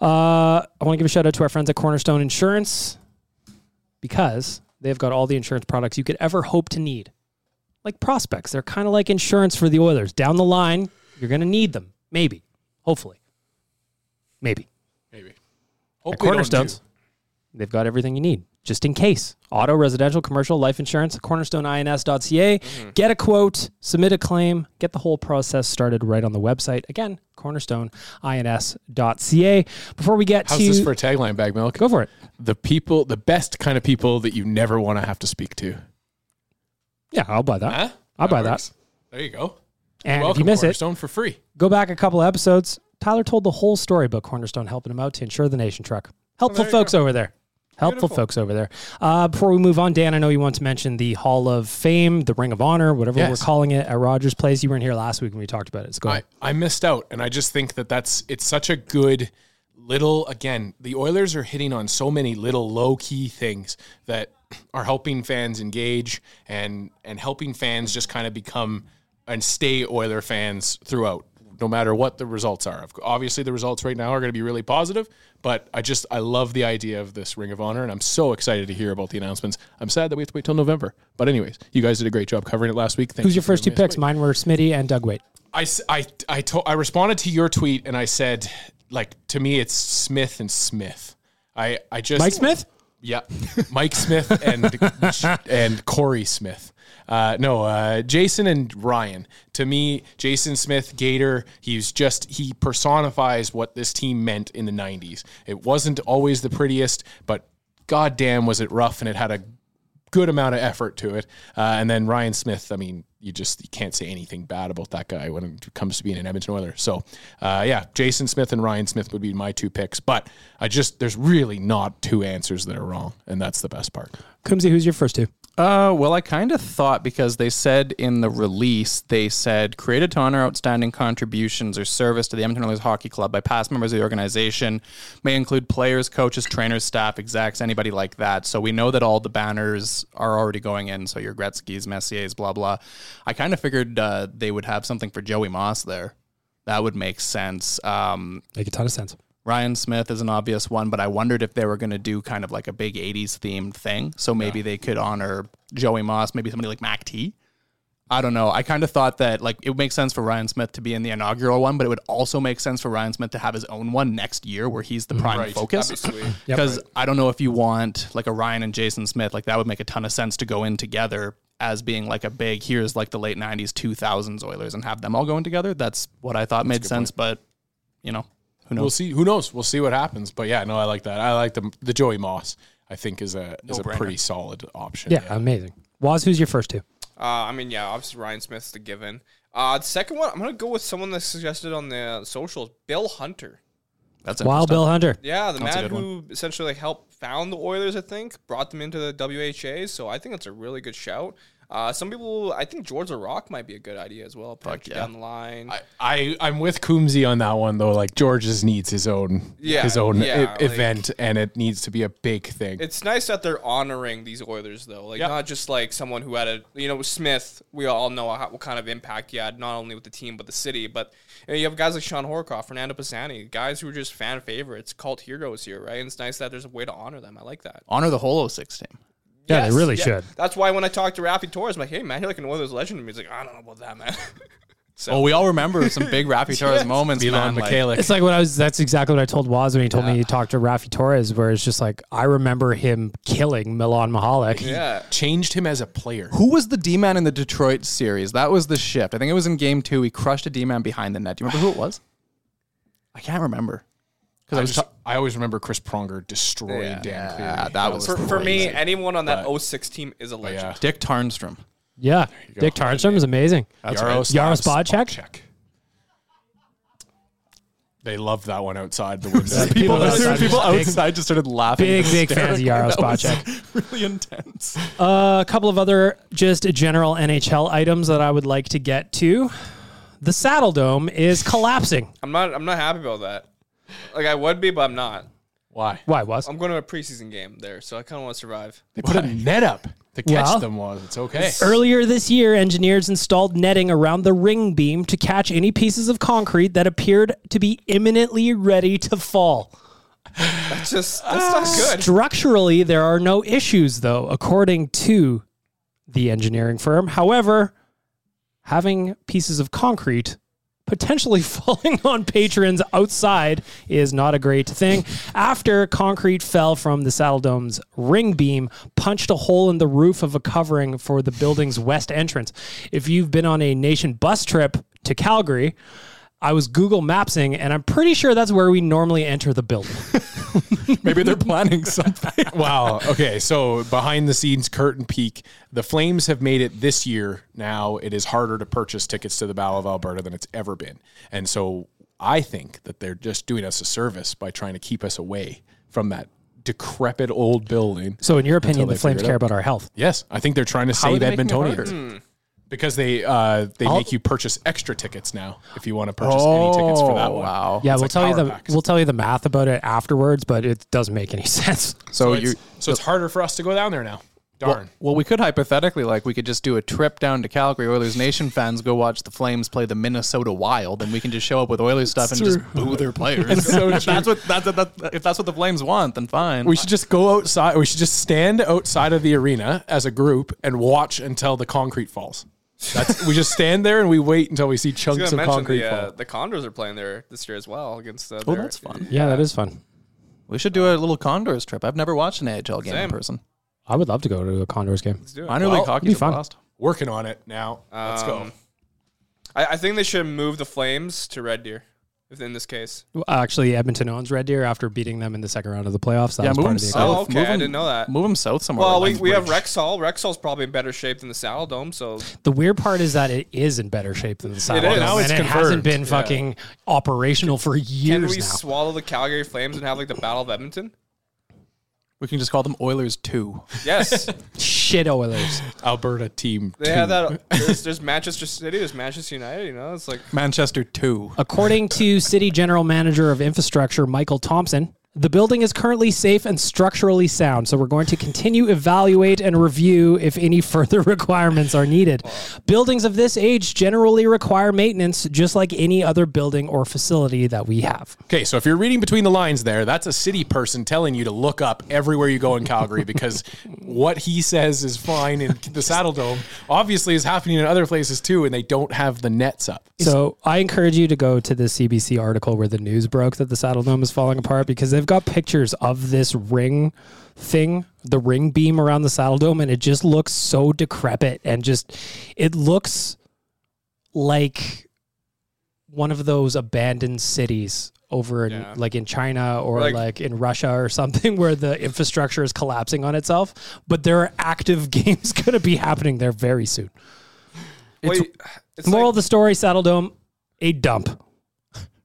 Uh, I want to give a shout out to our friends at Cornerstone Insurance because they've got all the insurance products you could ever hope to need, like prospects. They're kind of like insurance for the Oilers. Down the line, you're going to need them, maybe, hopefully, maybe. Maybe. At Cornerstones, they've got everything you need just in case. Auto, residential, commercial, life insurance, cornerstoneins.ca. Mm-hmm. Get a quote, submit a claim, get the whole process started right on the website. Again, cornerstoneins.ca. Before we get How's to this for a tagline, Bag Milk? Go for it. The people, the best kind of people that you never want to have to speak to. Yeah, I'll buy that. I'll buy that. There you go. And if Welcome, you miss it, Cornerstone for free. go back a couple of episodes. Tyler told the whole story about Cornerstone helping him out to insure the nation truck. Helpful folks over there. Helpful folks over there. Uh, before we move on, Dan, I know you want to mention the Hall of Fame, the Ring of Honor, whatever Yes. we're calling it at Rogers Place. You weren't here last week when we talked about it. So go ahead. I, I missed out, and I just think that that's it's such a good little. Again, the Oilers are hitting on so many little low key things that are helping fans engage and and helping fans just kind of become and stay Oiler fans throughout, no matter what the results are. Of- Obviously, the results right now are going to be really positive, but I just I love the idea of this Ring of Honor, and I'm so excited to hear about the announcements. I'm sad that we have to wait till November, but anyways, you guys did a great job covering it last week. Thank Who's you your for first two giving me a picks? Mine were Smitty and Doug Waite. I, s- I, I, to, I responded to your tweet and I said, like, to me, it's Smith and Smith. I, I just. Mike Smith? Yeah. Mike Smith and, and Corey Smith. Uh, no, uh, Jason and Ryan. To me, Jason Smith, Gator, he's just, he personifies what this team meant in the 90s. It wasn't always the prettiest, but goddamn was it rough and it had a good amount of effort to it. Uh, and then Ryan Smith, I mean, you just you can't say anything bad about that guy when it comes to being an Edmonton Oiler. So, uh, yeah, Jason Smith and Ryan Smith would be my two picks. But I just there's really not two answers that are wrong, and that's the best part. Coombsy, who's your first two? Uh, well, I kind of thought because they said in the release, they said created to honor outstanding contributions or service to the Edmonton Oilers Hockey Club by past members of the organization may include players, coaches, trainers, staff, execs, anybody like that. So we know that all the banners are already going in. So your Gretzky's, Messier's, blah blah. I kind of figured uh, they would have something for Joey Moss there. That would make sense. Um, Make a ton of sense. Ryan Smith is an obvious one, but I wondered if they were going to do kind of like a big 80s themed thing. So maybe they could honor Joey Moss, maybe somebody like Mac T. I don't know. I kind of thought that like it would make sense for Ryan Smith to be in the inaugural one, but it would also make sense for Ryan Smith to have his own one next year where he's the prime Right. focus. That'd (clears throat) be sweet. Yep. Because I don't know if you want like a Ryan and Jason Smith, like that would make a ton of sense to go in together as being like a big here's like the late 90s 2000s Oilers and have them all going together. That's what I thought made sense, but you know, who knows? We'll see. Who knows? We'll see what happens. But yeah, no, I like that. I like the the Joey Moss. I think is a is a No-brainer. pretty solid option. Yeah, amazing. Waz, who's your first two? Uh, I mean, yeah, obviously Ryan Smith's the given. Uh, the second one, I'm gonna go with someone that suggested on the socials, Bill Hunter. That's Wild Bill Hunter. Yeah, the That's a man good one. who essentially like helped found the Oilers, I think, brought them into the WHA. So I think that's a really good shout. Uh, some people, I think George Rock might be a good idea as well. Punch down the line. I, I'm with Coombsy on that one though. Like George's needs his own Yeah, his own yeah, e- like- event, and it needs to be a big thing. It's nice that they're honoring these Oilers, though. Like, not just like someone who had a, you know, Smith, we all know how, what kind of impact he had, not only with the team, but the city. But you, know, you have guys like Sean Horkoff, Fernando Pisani, guys who are just fan favorites, cult heroes here, right? And it's nice that there's a way to honor them. I like that. honor the whole 06 team. Yeah, Yes, they really yeah. should. That's why when I talked to Rafi Torres, I'm like, hey, man, you're like an Oilers legend. And he's like, I don't know about that, man. (laughs) so, Well, we all remember some (laughs) big Rafi Torres Yes. moments, Milan man. Like, Mikalik. It's like what I was. That's exactly what I told Waz when he told me he talked to Rafi Torres, where it's just like I remember him killing Milan Mahalik. yeah. Changed him as a player. who was the D man in the Detroit series? That was the shift. I think it was in game two. He crushed a D man behind the net. Do you remember who it was? (sighs) I can't remember. Because I, was I always remember Chris Pronger destroying Yeah. Dan Cleary. Yeah, that was For, for me, anyone on that 06 team is a legend. yeah. Dick Tarnstrom. Yeah, Dick Tarnstrom is amazing. Yaroslav Spacek? Spacek. They loved that one outside (laughs) the window. people outside- big- just started laughing. Big, big fans of Yaroslav Spacek. really intense. Uh, a couple of other just general NHL items that I would like to get to. The Saddle Dome is collapsing. I'm not. I'm not happy about that. Like I would be, but I'm not. Why? Why was? I'm going to a preseason game there, so I kind of want to survive. (laughs) They put a net up to catch Well- them was. It's okay. Earlier this year, engineers installed netting around the ring beam to catch any pieces of concrete that appeared to be imminently ready to fall. That's just Ah, that's not good. Structurally, there are no issues, though, according to the engineering firm. However, having pieces of concrete potentially (laughs) falling on patrons outside is not a great thing. After concrete fell from the saddle dome's ring beam, punched a hole in the roof of a covering for the building's west entrance. If you've been on a nation bus trip to Calgary, I was Google Mapsing, and I'm pretty sure that's where we normally enter the building. Maybe they're planning something. wow. Okay. So behind the scenes curtain peek, the Flames have made it this year. Now it is harder to purchase tickets to the Battle of Alberta than it's ever been, and so I think that they're just doing us a service by trying to keep us away from that decrepit old building. So, in your opinion, Until the they Flames figure it care out. about our health? Yes, I think they're trying to How are save they making it Edmontonians harder? because they uh, they I'll- make you purchase extra tickets now if you want to purchase any tickets for that Oh, one. wow. Yeah, It's we'll like tell you power the pack. we'll tell you the math about it afterwards, but it doesn't make any (laughs) sense. So, So, you it's, so it's harder for us to go down there now. Darn. Well, well, we could hypothetically, like, we could just do a trip down to Calgary. Oilers Nation fans go watch the Flames play the Minnesota Wild, and we can just show up with Oilers stuff and just boo (laughs) their players. so if that's what that's, that- if that's what the Flames want, then fine. We should just go outside. We should just stand outside of the arena as a group and watch until the concrete falls. That's, we just stand there and we wait until we see I was chunks of gonna mention concrete the, uh, fall. the Condors are playing there this year as well against. Uh, oh, their- that's fun. Yeah, that is fun. We should do a little Condors trip. I've never watched an AHL game in Same. person. I would love to go to a Condors game. Let's do it. Minor Well, league it'd be hockey's a fun. blast. Working on it now. Let's go. Um, I, I think they should move the Flames to Red Deer, if in this case. Well, Actually, Edmonton owns Red Deer after beating them in the second round of the playoffs. That Yeah, was move part them of the south. Oh, okay, Move I 'em- didn't know that. Move them south somewhere. Well, we, like we have Lethbridge. Rexall. Rexall's probably in better shape than the Saddle Dome, so The weird part is that it is in better shape than the Saddle is. Dome, Now and it's it hasn't confirmed. been Yeah. fucking operational for can years we now. swallow the Calgary Flames and have like the Battle of Edmonton? We can just call them Oilers (laughs) Two. Yes, Shit, Oilers. Alberta team. they two. have that. There's, there's Manchester City. There's Manchester United. You know, it's like Manchester Two. According to City General Manager of Infrastructure Michael Thompson, the building is currently safe and structurally sound, so we're going to continue evaluate and review if any (laughs) further requirements are needed. Buildings of this age generally require maintenance just like any other building or facility that we have. Okay, so if you're reading between the lines there, that's a city person telling you to look up everywhere you go in Calgary (laughs) because what he says is fine in the Saddle Dome obviously is happening in other places too, and they don't have the nets up. So I encourage you to go to the CBC article where the news broke that the Saddle Dome is falling apart because they've got pictures of this ring thing, the ring beam around the Saddle Dome, and it just looks so decrepit and just it looks like one of those abandoned cities over in Yeah. like in China or like, Like- in Russia or something (laughs) where the infrastructure is collapsing on itself. But there are active (laughs) games going to be happening there very soon. wait. it's Moral like of the story: Saddle Dome, a dump.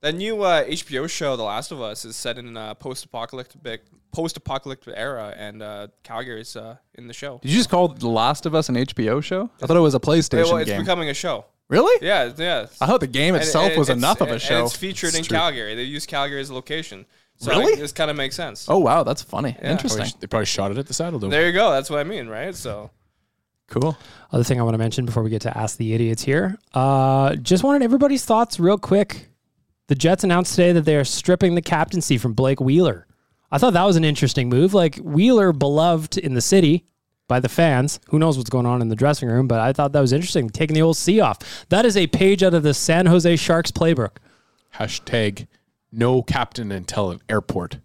That new uh, HBO show, The Last of Us, is set in a post-apocalyptic post-apocalyptic era, and uh, Calgary's uh, in the show. Did you just call The Last of Us an HBO show? I thought it was a PlayStation Yeah, well, it's game. becoming a show. really? Yeah, yeah. I thought the game And- itself and was it's- enough of a and show. It's featured in Calgary. Calgary. They use Calgary as a location. So Really? like, this kind of makes sense. Oh wow, that's funny. Interesting. Probably sh- they probably shot it at the Saddle Dome. There you go. That's what I mean, right? So Cool. Other thing I want to mention before we get to ask the idiots here, uh, just wanted everybody's thoughts real quick. The Jets announced today that they are stripping the captaincy from Blake Wheeler. I thought that was an interesting move. Like Wheeler, beloved in the city by the fans. Who knows what's going on in the dressing room? But I thought that was interesting. Taking the old C off. That is a page out of the San Jose Sharks playbook. Hashtag no captain until an airport.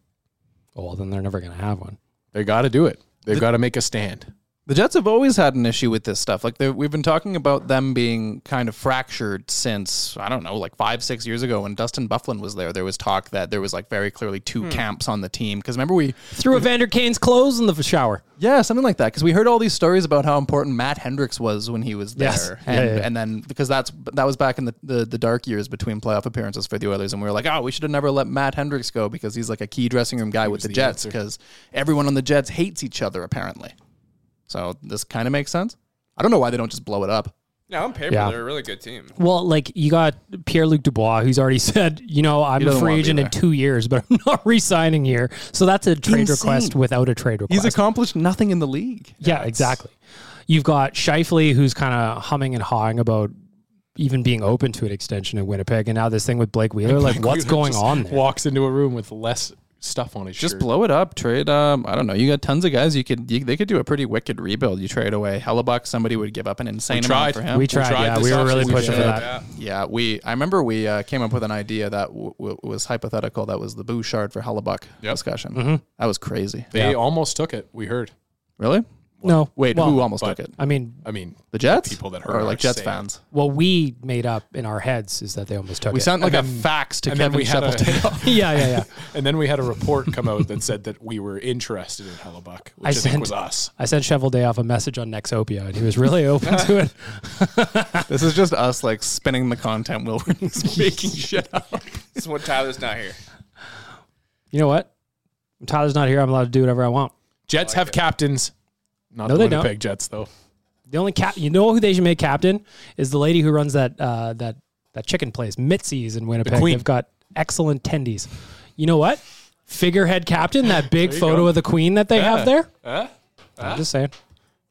Oh well, then they're never going to have one. They got to do it. They've got to make a stand. The Jets have always had an issue with this stuff. Like they- we've been talking about them being kind of fractured since I don't know, like five, six years ago when Dustin Bufflin was there. There was talk that there was like very clearly two camps on the team. Because remember we, Threw Evander Kane's clothes in the shower. yeah, something like that. Because we heard all these stories about how important Matt Hendricks was when he was there, Yes. and Yeah, yeah, yeah. and then because that's that was back in the, the the dark years between playoff appearances for the Oilers, and we were like, oh, we should have never let Matt Hendricks go because he's like a key dressing room guy with the, Jets because everyone on the Jets hates each other apparently. So this kind of makes sense. I don't know why they don't just blow it up. yeah, on paper Yeah. they're a really good team. Well, like you got Pierre Luc Dubois, who's already (laughs) said, you know, I'm a doesn't free wanna be agent in there. two years, but (laughs) I'm not re-signing here. So that's a trade Insane. request without a trade request. He's accomplished nothing in the league. yeah, exactly. You've got Shifley, who's kind of humming and hawing about even being (laughs) open to an extension in Winnipeg, and now this thing with Blake Wheeler. Like, what's going on? There? Walks into a room with less stuff on his Just shirt. blow it up. Trade. Um, I don't know. You got tons of guys. You could. You, they could do a pretty wicked rebuild. You trade away Hellebuck. Somebody would give up an insane We tried. amount for him. We tried, We tried yeah. this We were really offseason. pushing for Yeah. that. Yeah. We. I remember we uh, came up with an idea that w- w- was hypothetical. That was the Bouchard for Hellebuck discussion. Mhm. That was crazy. They almost took it. We heard. Really? No. Wait. Well, who almost but- took it? I mean, I mean, The Jets. people that or heard like us Jets say it. fans. what we made up in our heads is that they almost took We it. sound like And a then- fax to and then Kevin we had a- Sheppelton. (laughs) (laughs) yeah, yeah, yeah. (laughs) and then we had a report come out that said that we were interested in Hellebuck, which I, think was us. I sent Shovel Day off a message on Nexopia, and he was really (laughs) open to it. (laughs) this is just us like spinning the content. Will (laughs) making shit up. This is when Tyler's not here. You know what? When Tyler's not here. I'm allowed to do whatever I want. Jets have captains. Not No, the they don't. Winnipeg Jets though. The only cap, you know who they should make captain is the lady who runs that uh, that that chicken place, Mitzi's in Winnipeg. queen. They've got excellent tendies. You know what? Figurehead captain, that big photo of the queen that they have there. I'm just saying.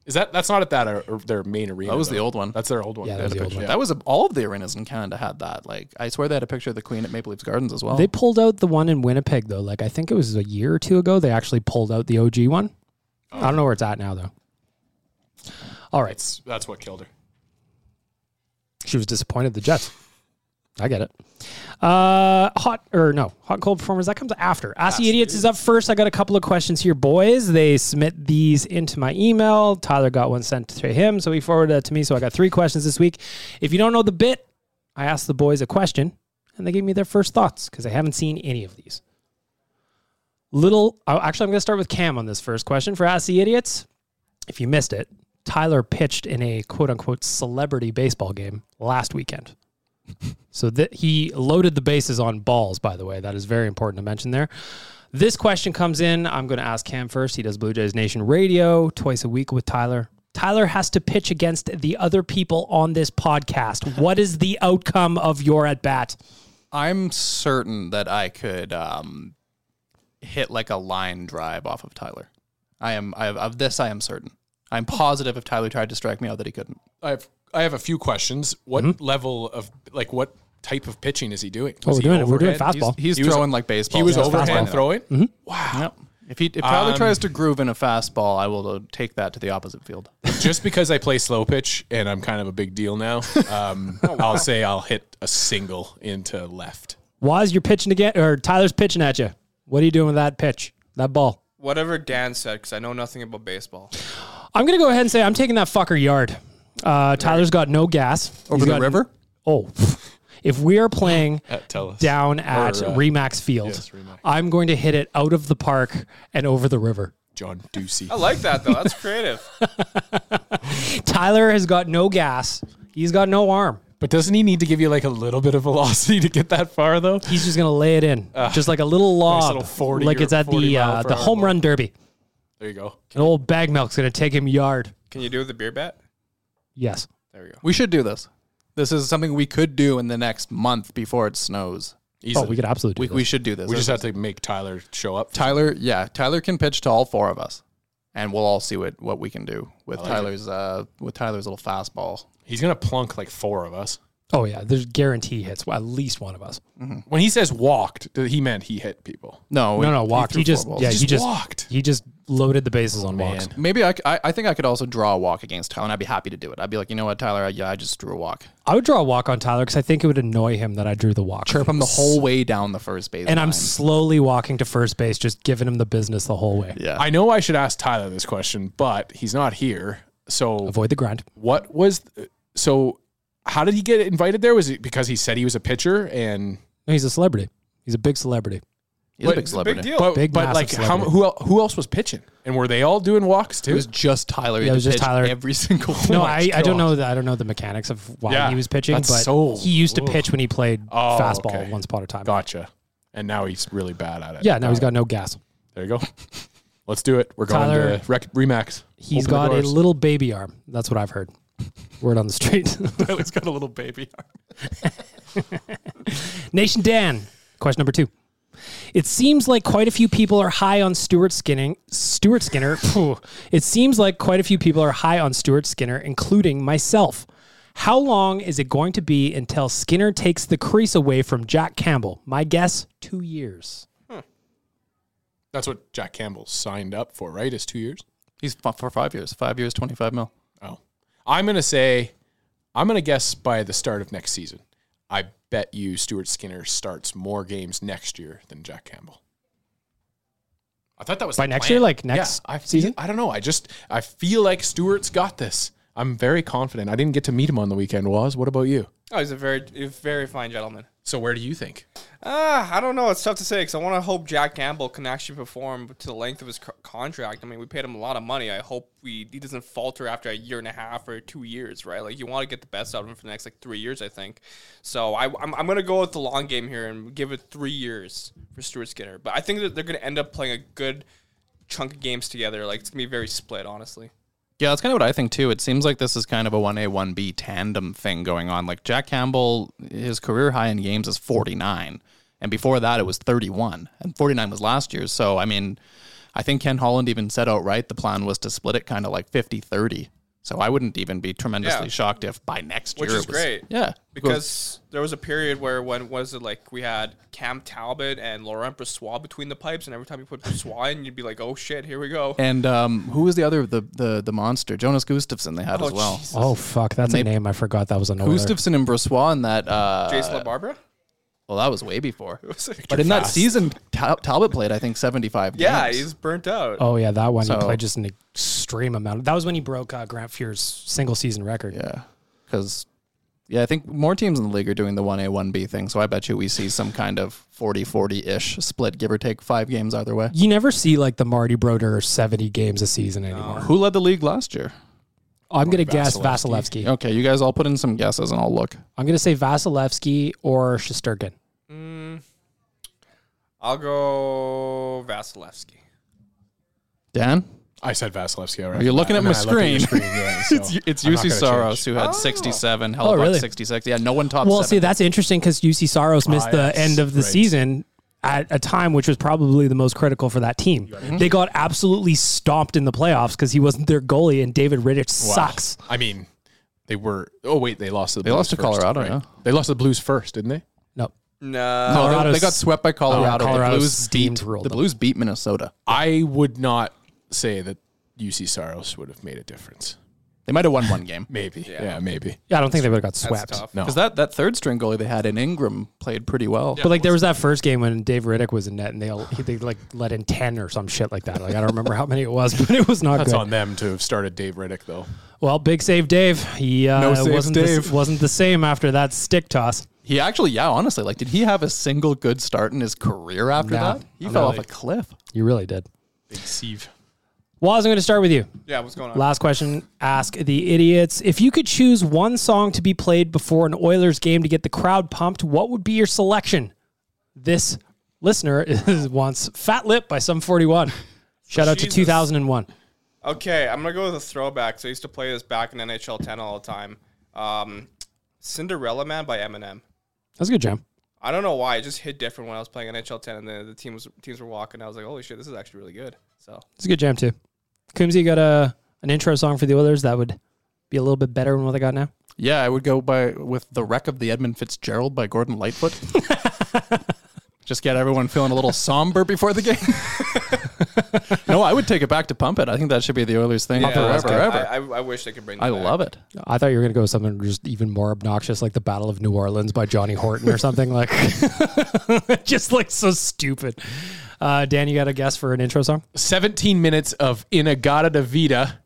Is that that's not at that uh, or their main arena? That was the though. old one. That's their old one. Yeah, that was They had the a old picture. one. Yeah. That was a, all of the arenas in Canada had that. Like, I swear they had a picture of the Queen at Maple Leafs Gardens as well. They pulled out the one in Winnipeg though. Like I think it was a year or two ago. They actually pulled out the OG one. I don't know where it's at now though. All right, That's that's what killed her. she was disappointed. The Jets. I get it. Uh, hot or no hot and cold performers that comes after. Ask the idiots is up first. I got a couple of questions here, boys. They submit these into my email. Tyler got one sent to him, so he forwarded that to me. So I got three questions this week. If you don't know the bit, I asked the boys a question, and they gave me their first thoughts because I haven't seen any of these. Little, oh, actually, I'm going to start with Cam on this first question for Ask the Idiots. If you missed it, Tyler pitched in a quote unquote celebrity baseball game last weekend. (laughs) So that he loaded the bases on balls, by the way. That is very important to mention there. This question comes in. I'm going to ask Cam first. He does Blue Jays Nation radio twice a week with Tyler. Tyler has to pitch against the other people on this podcast. What is the outcome of your at bat? I'm certain that I could um, hit like a line drive off of Tyler. I am I, of this. I am certain. I'm positive if Tyler tried to strike me out that he couldn't. I have I have a few questions. What Mm-hmm. level of like what type of pitching is he doing? Oh, Was we're he doing it. We're doing overhead? fastball. He's He was- throwing like baseball. He was Yeah, it's overhand fastball. throwing. Wow. If he if Tyler Um, tries to groove in a fastball, I will uh, take that to the opposite field. Just because I play slow pitch and I'm kind of a big (laughs) deal now, um, Oh, I'll say I'll hit a single into left. Waz, you're pitching again, or Tyler's pitching at you. What are you doing with that pitch, that ball? Whatever Dan said, because I know nothing about baseball. I'm going to go ahead and say I'm taking that fucker yard. Uh, Tyler's got no gas. Over He's the got- river? Oh, (laughs) if we are (laughs) playing Uh, tell us. down at uh, Remax Field, yes, Remax. I'm going to hit it out of the park and over the river. John Ducey. I Oh. like that though. That's (laughs) creative. Tyler has got no gas. He's got no arm. But doesn't he need to give you like a little bit of velocity to get that far though? He's just going to lay it in, just like a little lob, little 40 like or it's at 40 the mile uh, per the hour home ball. run derby. There you go. An old bag milk's going to take him yard. Can you do it with a beer bat? Yes. There we go. We should do this. This is something we could do in the next month before it snows. Easily. Oh, we could absolutely. We, Do we this. should do this. we This just have to make Tyler show up. Tyler, yeah, Tyler can pitch to all four of us, and we'll all see what, what we can do with Tyler's uh, with Tyler's little fastball. He's gonna plunk like four of us. Oh yeah, there's guarantee hits at least one of us. When he says walked, th- he meant he hit people. No, no, no, walked. threw He just four balls. yeah, Oh, He he just just walked. He just loaded the bases on walks. Man. Maybe I, c- I- I think I could also draw a walk against Tyler, and I'd be happy to do it. I'd be like, you know what, Tyler, I, yeah, I just drew a walk. I would draw a walk on Tyler because I think it would annoy him that I drew the walk. Chirp him the whole way down the first base, and I'm line. slowly walking to first base, just giving him the business the whole way. yeah, I know I should ask Tyler this question, but he's not here. So Avoid the grind. what was so how did he get invited there? Was it because he said he was a pitcher and No, he's a celebrity. He's a big celebrity. he's a but- big it's a celebrity. Big deal. but, Big, but massive like how, celebrity. who el- who else was pitching and were they all doing walks It too? was just Tyler. He Yeah, it had was to just pitch Tyler. Every (laughs) single. No, one. I, I don't know the, I don't know the mechanics of why Oh Yeah, he was pitching, but that's so- he used to Oof. pitch when he played Oh, fastball okay. once upon a time. gotcha. And now he's really bad at it. Yeah, now he's it. got no gas. There you go. (laughs) Let's do it. We're Tyler- going to rec- Remax. He's Open the got a doors. little baby arm. That's what I've (laughs) heard. Word on the street. (laughs) (laughs) Tyler's got a little baby. Nation Dan, question number two. It seems like quite a few people are high on Stuart Skinner. Stuart Skinner. (laughs) phew. it seems like quite a few people are high on Stuart Skinner, including myself. How long is it going to be until Skinner takes the crease away from Jack Campbell? My guess: two years. That's what Jack Campbell signed up for, right? Is two years. He's f- for five years. Five years, twenty-five mil. Oh, I'm gonna say, I'm gonna guess by the start of next season. I bet you Stuart Skinner starts more games next year than Jack Campbell. I thought that was By the next plan. year, like next Yeah, I feel- season? I don't know. I just I feel like Stuart's got this. I'm very confident. I didn't get to meet him on the weekend. Was what about you? Oh, he's a very, he's a very fine gentleman. So where do you think? Ah, I don't know. It's tough to say because I want to hope Jack Campbell can actually perform to the length of his co- contract. I mean, we paid him a lot of money. I hope we he doesn't falter after a year and a half or two years, right? Like you want to get the best out of him for the next like three years, I think. So I, I'm I'm gonna go with the long game here and give it three years for Stuart Skinner. But I think that they're gonna end up playing a good chunk of games together. Like it's gonna be very split, honestly. Yeah, that's kind of what I think too. It seems like this is kind of a 1A, 1B tandem thing going on. Like Jack Campbell, his career high in games is 49. And before that, it was 31. And 49 was last year. So, I mean, I think Ken Holland even said outright the plan was to split it kind of like 50 30. So I wouldn't even be tremendously Yeah. shocked if by next which year. is it was- great. Yeah. because there was a period where when was it like we had Cam Talbot and Laurent Bressois between the pipes, and every time you put Bressois in, you'd be like, "Oh shit, here we go." And um, who was the other, the, the, the monster? Jonas Gustafsson they had Oh, as well. Oh fuck, that's a name I forgot. That was an Oiler. Gustafsson and Brossois in that. Uh, Jason LaBarbera. Well, that was way before. was like- but in that Fast. season, Tal- Talbot played, I think, 75 Yeah, games. he's burnt out. Oh yeah, that one So- he played just an extreme amount. That was when he broke uh, Grant Fuhr's single season record. Yeah. Because, yeah, I think more teams in the league are doing the 1A, 1B thing. So I bet you we see some kind of 40 40 ish split, give or take five games either way. You never see like the Marty Broder seventy games a season anymore. Who led the league last year? I'm gonna guess Vasilevsky. Okay, you guys all put in some guesses and I'll look. I'm gonna say Vasilevsky or Shosturkin. Mm, I'll go Vasilevsky. Dan? I said Vasilevsky already. Are you looking at And my I looked screen? your (laughs) yeah, so it's it's I'm not UC gonna change. Soros who had 67, held Oh, up really? 66. Yeah, no one topped Well, see, seven. that's interesting because UC Soros missed Ah, the yes, end of the right. season at a time which was probably the most critical for that team. They got absolutely stomped in the playoffs because he wasn't their goalie, and David Riddich Wow. sucks. I mean, they were. Oh wait, they lost to the. They Blues lost to first, Colorado, right? yeah. They lost to the Blues first, didn't they? No, No, No, they- they Colorado's- Oh, got swept by Colorado. Colorado's the deemed Blues beat, ruled the them. Blues beat Minnesota. I would not say that UC Soros would have made a difference. They might have won (laughs) one game. Maybe. Yeah, maybe. yeah, I don't think they would have got that's swept. tough. No. Because that, that third string goalie they had in Ingram played pretty well. But like there was that first game when Dave Riddick was in net and they all- he- they like let in ten or some shit like that. Like I don't remember how many it was, (laughs) but it was not That's good. on them to have started Dave Riddick, though. Well, big save, Dave. He uh, No saves, wasn't the- Dave. wasn't the same after that stick toss. He actually, yeah, honestly, like, did he have a single good start in his career after Nah. that? He Not fell off really. a cliff. You really did. Big sieve. Waz, I'm going to start with you. Yeah, what's going on? Last question. Ask the idiots. If you could choose one song to be played before an Oilers game to get the crowd pumped, what would be your selection? This listener (laughs) is, wants Fat Lip by Sum 41. Shout out to Jesus. 2001. Okay, I'm gonna go with a throwback. So I used to play this back in NHL 10 all the time. Um, Cinderella Man by Eminem. That's a good jam. I don't know why it just hit different when I was playing NHL 10 and the, the team was, teams were walking. I was like, holy shit, this is actually really good. So It's a good jam too. Coombs, you got a an intro song for the Oilers that would be a little bit better than what they got now. Yeah, I would go by with the wreck of the Edmund Fitzgerald by Gordon (laughs) Lightfoot. Just get everyone feeling a little somber before the game. (laughs) no, I would take it back to Pump It. I think that should be the Oilers thing Yeah, forever, I, forever. I, I wish they could bring. I, That love it. I thought you were gonna go with something just even more obnoxious, like the Battle of New Orleans by Johnny Horton or something like. (laughs) just like so stupid. Uh, Dan, you got a guess for an intro song? 17 minutes of Inagata da Vida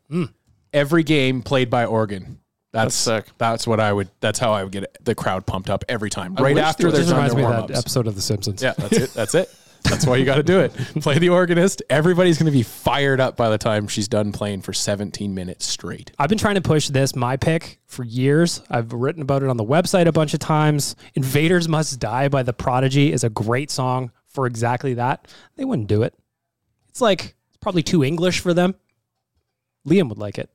every game played by Oregon. That's, That's sick. That's what I would. That's how I would get the crowd pumped up every time. I Right wish after there they're This was- done reminds their me of warm that ups. episode of The Simpsons. (laughs) Yeah, that's it. That's it. That's why you got to do it. Play the organist. Everybody's going to be fired up by the time she's done playing for 17 minutes straight. I've been trying to push this my pick for years. I've written about it on the website a bunch of times. Invaders Must Die by The Prodigy is a great song for exactly that. They wouldn't do it. It's like it's probably too English for them. Liam would like it,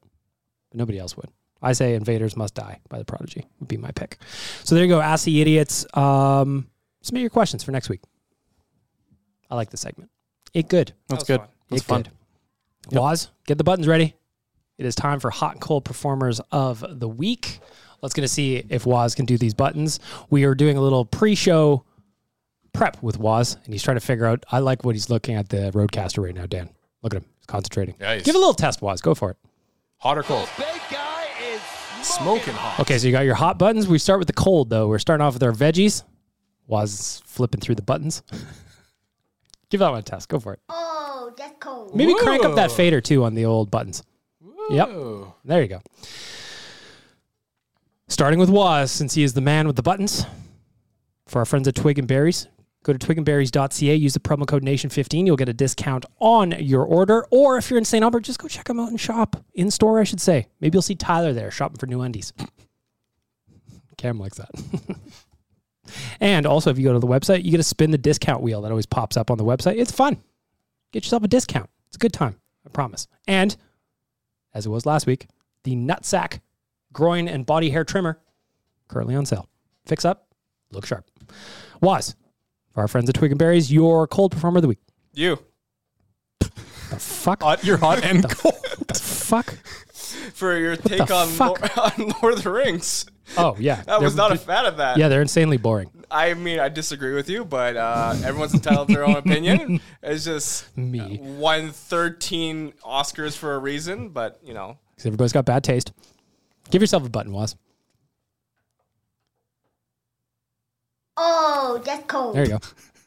but nobody else would. I say Invaders Must Die by The Prodigy would be my pick. So there you go, Ask the Idiots. Um, submit your questions for next week. I like this segment. It good. That's was good. fun. That's It fun. could. Waz, get the buttons ready. It is time for hot and cold performers of the week. Let's gonna see if Waz can do these buttons. We are doing a little pre-show prep with Waz, and he's trying to figure out. I like what he's looking at the Roadcaster right now, Dan. Look at him. He's concentrating. Nice. Give it a little test, Waz. Go for it. Hot or cold? smoking hot. Okay, so you got your hot buttons. We start with the cold, though. We're starting off with our veggies. Waz is flipping through the buttons. (laughs) Give that one a test. Go for it. Oh, that's cold. Maybe crank up that fader, too, on the old buttons. Whoa. Yep. There you go. Starting with Waz, since he is the man with the buttons. For our friends at Twig and Berries, go to twigandberries.ca, use the promo code NATION15. You'll get a discount on your order. Or if you're in St. Albert, just go check them out and shop. In store, I should say. Maybe you'll see Tyler there shopping for new undies. Cam likes that. (laughs) and also, if you go to the website, you get to spin the discount wheel that always pops up on the website. It's fun. Get yourself a discount. It's a good time, I promise. And as it was last week, the nutsack groin and body hair trimmer currently on sale. Fix up, look sharp. Was for our friends at Twig and Berries, your cold performer of the week. You. The fuck? Uh, Hot, you're hot and cold. the fuck? For your take the on, fuck? Lord, (laughs) on Lord of the Rings. Oh (laughs) yeah, I was They're- not a fan of that. Yeah, they're insanely boring. I mean, I disagree with you, but uh, everyone's entitled to their own opinion. It's just uh, Me. won 13 Oscars for a reason, but you know, Because everybody's got bad taste. Give yourself a button, Was. Oh, that's cold. There you go.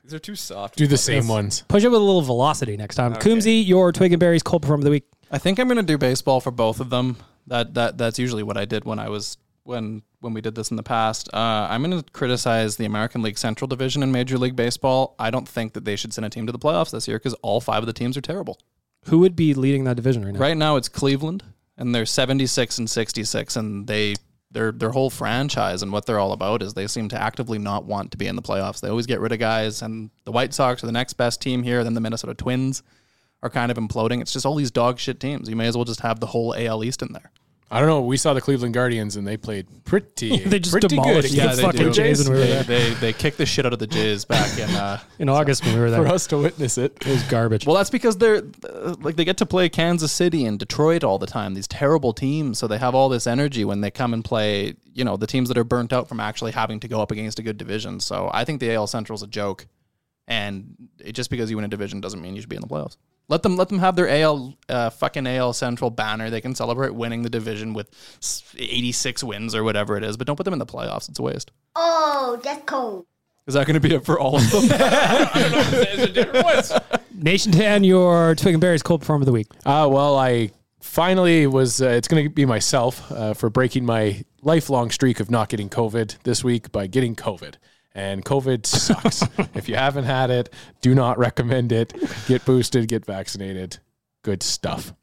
these are too soft. Do the same ones. Push it with a little velocity next time. Okay. Coomsey, your Twig and Berries cold performer of the week. I think I'm gonna do baseball for both of them. That that that's usually what I did when I was when when we did this in the past. Uh, I'm gonna criticize the American League Central Division in Major League Baseball. I don't think that they should send a team to the playoffs this year because all five of the teams are terrible. Who would be leading that division right now? Right now, it's Cleveland, and they're 76 and 66, and they their their whole franchise and what they're all about is they seem to actively not want to be in the playoffs. They always get rid of guys, and the White Sox are the next best team here. Then the Minnesota Twins are kind of imploding. It's just all these dog shit teams. You may as well just have the whole AL East in there. I don't know. We saw the Cleveland Guardians and they played pretty. (laughs) They just pretty demolished good the against fucking Blue Jays Jays. and we were they, there. they they kicked the shit out of the Jays back in. Uh, In August when we were (laughs) there, For it us to witness it. was garbage. well, that's because they're uh, like they get to play Kansas City and Detroit all the time. These terrible teams, so they have all this energy when they come and play. You know the teams that are burnt out from actually having to go up against a good division. So I think the AL Central is a joke, and it, just because you win a division doesn't mean you should be in the playoffs. Let them let them have their AL uh, fucking AL Central banner. They can celebrate winning the division with s- 86 wins or whatever it is, but don't put them in the playoffs. It's a waste. Oh, that's cold. Is that going to be it for all of them? Nation 10, your Twig and Berries cold performer of the week. Uh, well, I finally was. Uh, it's going to be myself uh, for breaking my lifelong streak of not getting COVID this week by getting COVID. And COVID sucks. if you haven't had it, do not recommend it. Get boosted, get vaccinated. Good stuff.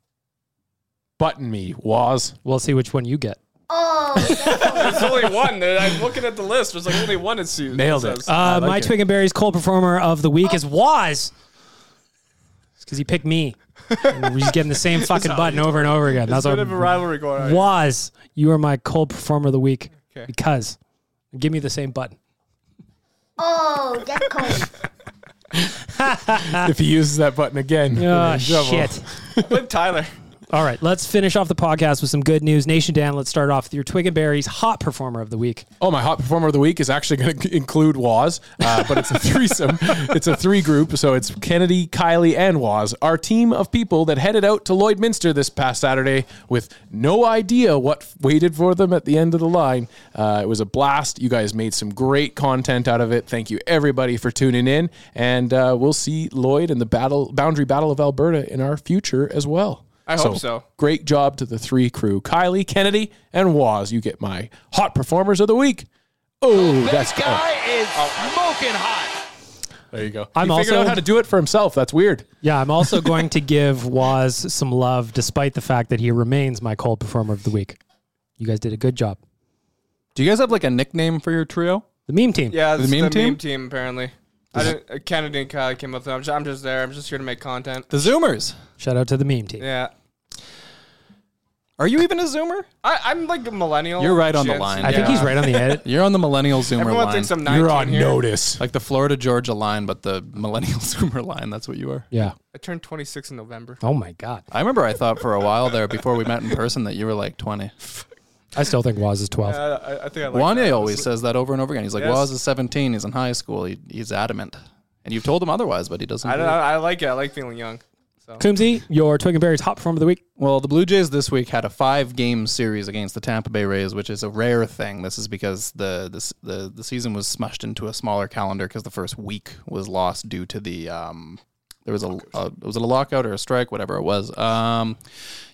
Button me, Waz. We'll see which one you get. Oh, that's cold. There's only one. that- I'm looking at the list. There's like only one. It's Nailed it. says. Uh, I like my it. Twig and Berries cold performer of the week is Waz. Because he picked me. And he's getting (laughs) the same fucking button over and over again. That's There's a what bit of a rivalry going on. Waz, you are my cold performer of the week Okay. because give me the (laughs) same button. Oh, that's cold. if he uses that button again, we're in Oh, trouble. shit. With Tyler. All right, let's finish off the podcast with some good news. Nation Dan, let's start off with your Twig and Berries hot performer of the week. Oh, my hot performer of the week is actually going to (laughs) include Waz, uh, but it's a (laughs) threesome. it's a three group, so it's Kennedy, Kylie, and Waz. Our team of people that headed out to Lloydminster this past Saturday with no idea what f- waited for them at the end of the line. Uh, it was a blast. You guys made some great content out of it. Thank you everybody for tuning in, and uh, we'll see Lloyd and the battle boundary battle of Alberta in our future as well. I hope so. Great job to the three crew. Kylie, Kennedy, and Waz. You get my hot performers of the week. Oh, that's guy is smoking hot. There you go. I'm he figured also- out how to do it for himself. That's weird. Yeah, (laughs) I'm also going to give Waz some love, despite the fact that he remains my cold performer of the week. You guys did a good job. Do you guys have like a nickname for your trio? The meme team. Yeah, The it's meme the team? meme team apparently. I didn't, uh, Kennedy and Kyle came up. with it. I'm just, I'm just there. I'm just here to make content. The Zoomers. Shout out to the meme team. Yeah, Are you even a Zoomer? I, I'm like a millennial. You're right on the Gen Z. line. I think Yeah. he's right on the (laughs) edit. You're on the millennial Zoomer Everyone line. thinks I'm 19 You're on here. notice. like the Florida Georgia line, but the millennial (laughs) Zoomer line. That's what you are. Yeah. I turned 26 in November. Oh my God. I remember I thought for a while there before we met in person that you were like 20. I still think Waz is 12. Yeah, I, I think I like Wanye that. always says that over and over again. He's like, Yes. Waz is 17. He's in high school. He, he's adamant. And you've told him otherwise, but he doesn't. I don't. believe it. I like it. I like feeling young. So. Coomsey, your Twig and Berry top performer of the week. Well, the Blue Jays this week had a five-game series against the Tampa Bay Rays, which is a rare thing. This is because the the s- the, the season was smushed into a smaller calendar because the first week was lost due to the um, there was a, a was it a lockout or a strike, whatever it was. Um,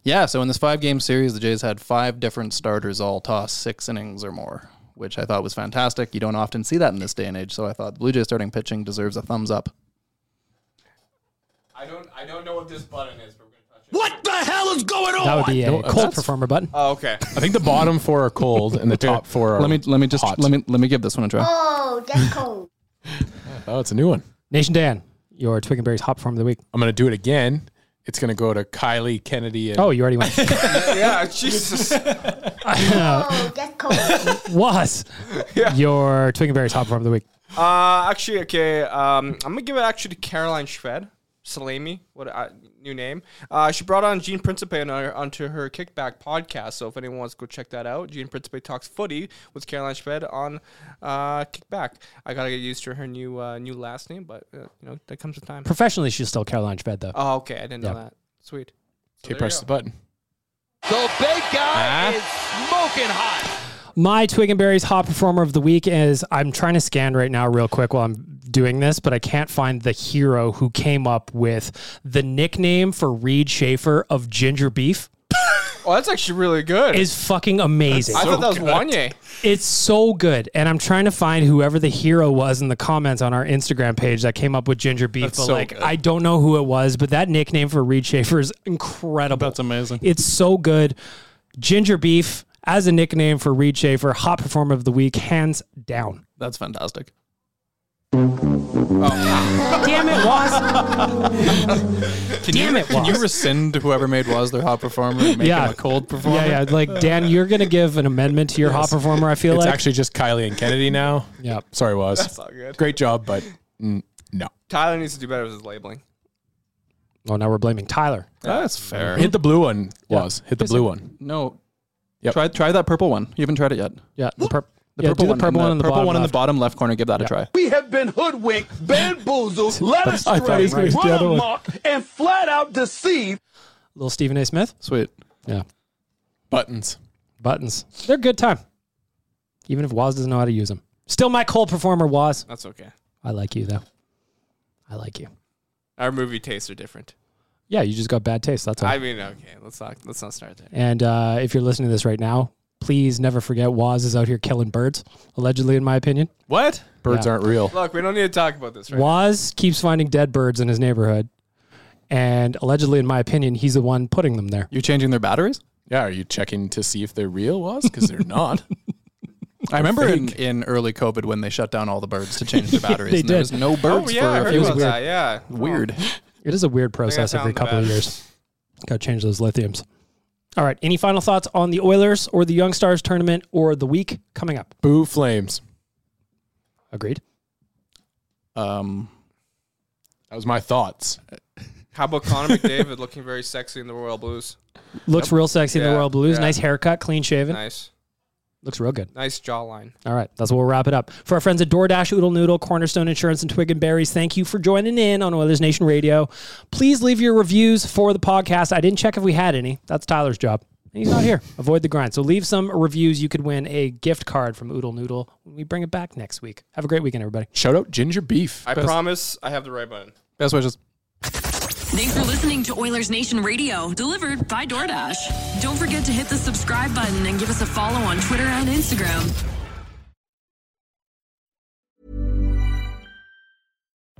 yeah, so in this five-game series, the Jays had five different starters all toss six innings or more, which I thought was fantastic. You don't often see that in this day and age, so I thought the Blue Jays starting pitching deserves a thumbs up. I don't. I don't know what this button is. But What the hell is going on? That would be a No, uh, cold that's- performer button. oh, okay. I think the bottom four are cold and the top four are. Let me let me just hot. let me let me give this one a try. Oh, that's cold. Oh, it's a new one. Nation Dan, your Twig and Berry's top performer of the week. I'm gonna do it again. It's gonna go to Kylie Kennedy. And Oh, you (laughs) already (laughs) went. yeah. Jesus. Oh, that's cold. (laughs) Was your Twig and Berry's top performer of the week. (laughs) Uh, actually, okay. Um, I'm gonna give it actually to Caroline Shved, Salami, what uh, new name. Uh, she brought on Gene Principe on her, onto her Kickback podcast. So if anyone wants to go check that out, Gene Principe talks footy with Caroline Shved on uh, Kickback. I gotta get used to her new uh, new last name, but uh, you know that comes with time. Professionally, she's still Caroline Shved, though. Oh, okay. I didn't know Yeah. that. Sweet. So Okay, there press you the go. button. Ah. The big guy is smoking hot. My Twig and Berry's hot performer of the week is I'm trying to scan right now, real quick, while I'm doing this, but I can't find the hero who came up with the nickname for Reed Schaefer of Ginger Beef. Oh, that's actually really good. Is fucking amazing. I thought that was Wanye. It's so good. And I'm trying to find whoever the hero was in the comments on our Instagram page that came up with Ginger Beef. That's but so like, good. I don't know who it was, but that nickname for Reed Schaefer is incredible. That's amazing. It's so good. Ginger Beef as a nickname for Reed Schaefer, hot performer of the week, hands down. That's fantastic. Damn it, was. Can Damn you, it, Can you Woz. rescind whoever made Was their hot performer and make Yeah. him a cold performer? Yeah, yeah. Like Dan, you're gonna give an amendment to your hot performer. I feel It's like. actually just Kylie and Kennedy now. yeah. Sorry, was That's all good. great job, but mm, no. Tyler needs to do better with his labeling. Oh, now we're blaming Tyler. That's fair. Hit the blue one. Was hit the blue one. no. Yep. Try try that purple one. You haven't tried it yet. Yeah. The, purp- The yeah, purple do one. the purple one, and in the purple bottom one in the left. bottom left corner. Give that a Yeah. try. We have been hoodwinked, (laughs) bamboozled, led I thought he astray, was gonna do the run other one. amok, and flat out deceived. Little Stephen A. Smith. Sweet. Yeah. Buttons. buttons. They're a good time. Even if Waz doesn't know how to use them. Still my cold performer, Waz. That's okay. I like you though. I like you. Our movie tastes are different. Yeah, you just got bad taste. That's all. I mean, okay. Let's not let's not start there. and uh, if you're listening to this right now, please never forget Waz is out here killing birds, allegedly, in my opinion. What? Birds Yeah. aren't real. Look, we don't need to talk about this right now. Waz keeps finding dead birds in his neighborhood. And allegedly, in my opinion, he's the one putting them there. You're changing their batteries. Yeah, are you checking to see if they're real? Was because they're not. I remember in, in early COVID when they shut down all the birds (laughs) to change their batteries. They and There did. was (laughs) no birds Oh yeah, I for a heard few was about weeks. weird. that. Yeah, Weird. It is a weird I process found every the couple of batteries. years. Got to change those lithiums. All right. Any final thoughts on the Oilers or the Young Stars tournament or the week coming up? Boo flames. Agreed. Um, That was my thoughts. How about Connor McDavid looking very sexy in the Royal Blues? Looks real sexy in the Yeah, Royal Blues. yeah. Nice haircut, clean shaven. Nice, Looks real good. nice jawline. All right, that's where we'll wrap it up. For our friends at DoorDash, Oodle Noodle, Cornerstone Insurance, and Twig and Berries, thank you for joining in on Oilers Nation Radio. Please leave your reviews for the podcast. I didn't check if we had any. That's Tyler's job. And He's not here. Avoid the grind. So leave some reviews. You could win a gift card from Oodle Noodle when we bring it back next week. Have a great weekend, everybody. Shout out ginger beef. I promise I have the right button. best wishes. Thanks for listening to Oilers Nation Radio, delivered by DoorDash. Don't forget to hit the subscribe button and give us a follow on Twitter and Instagram.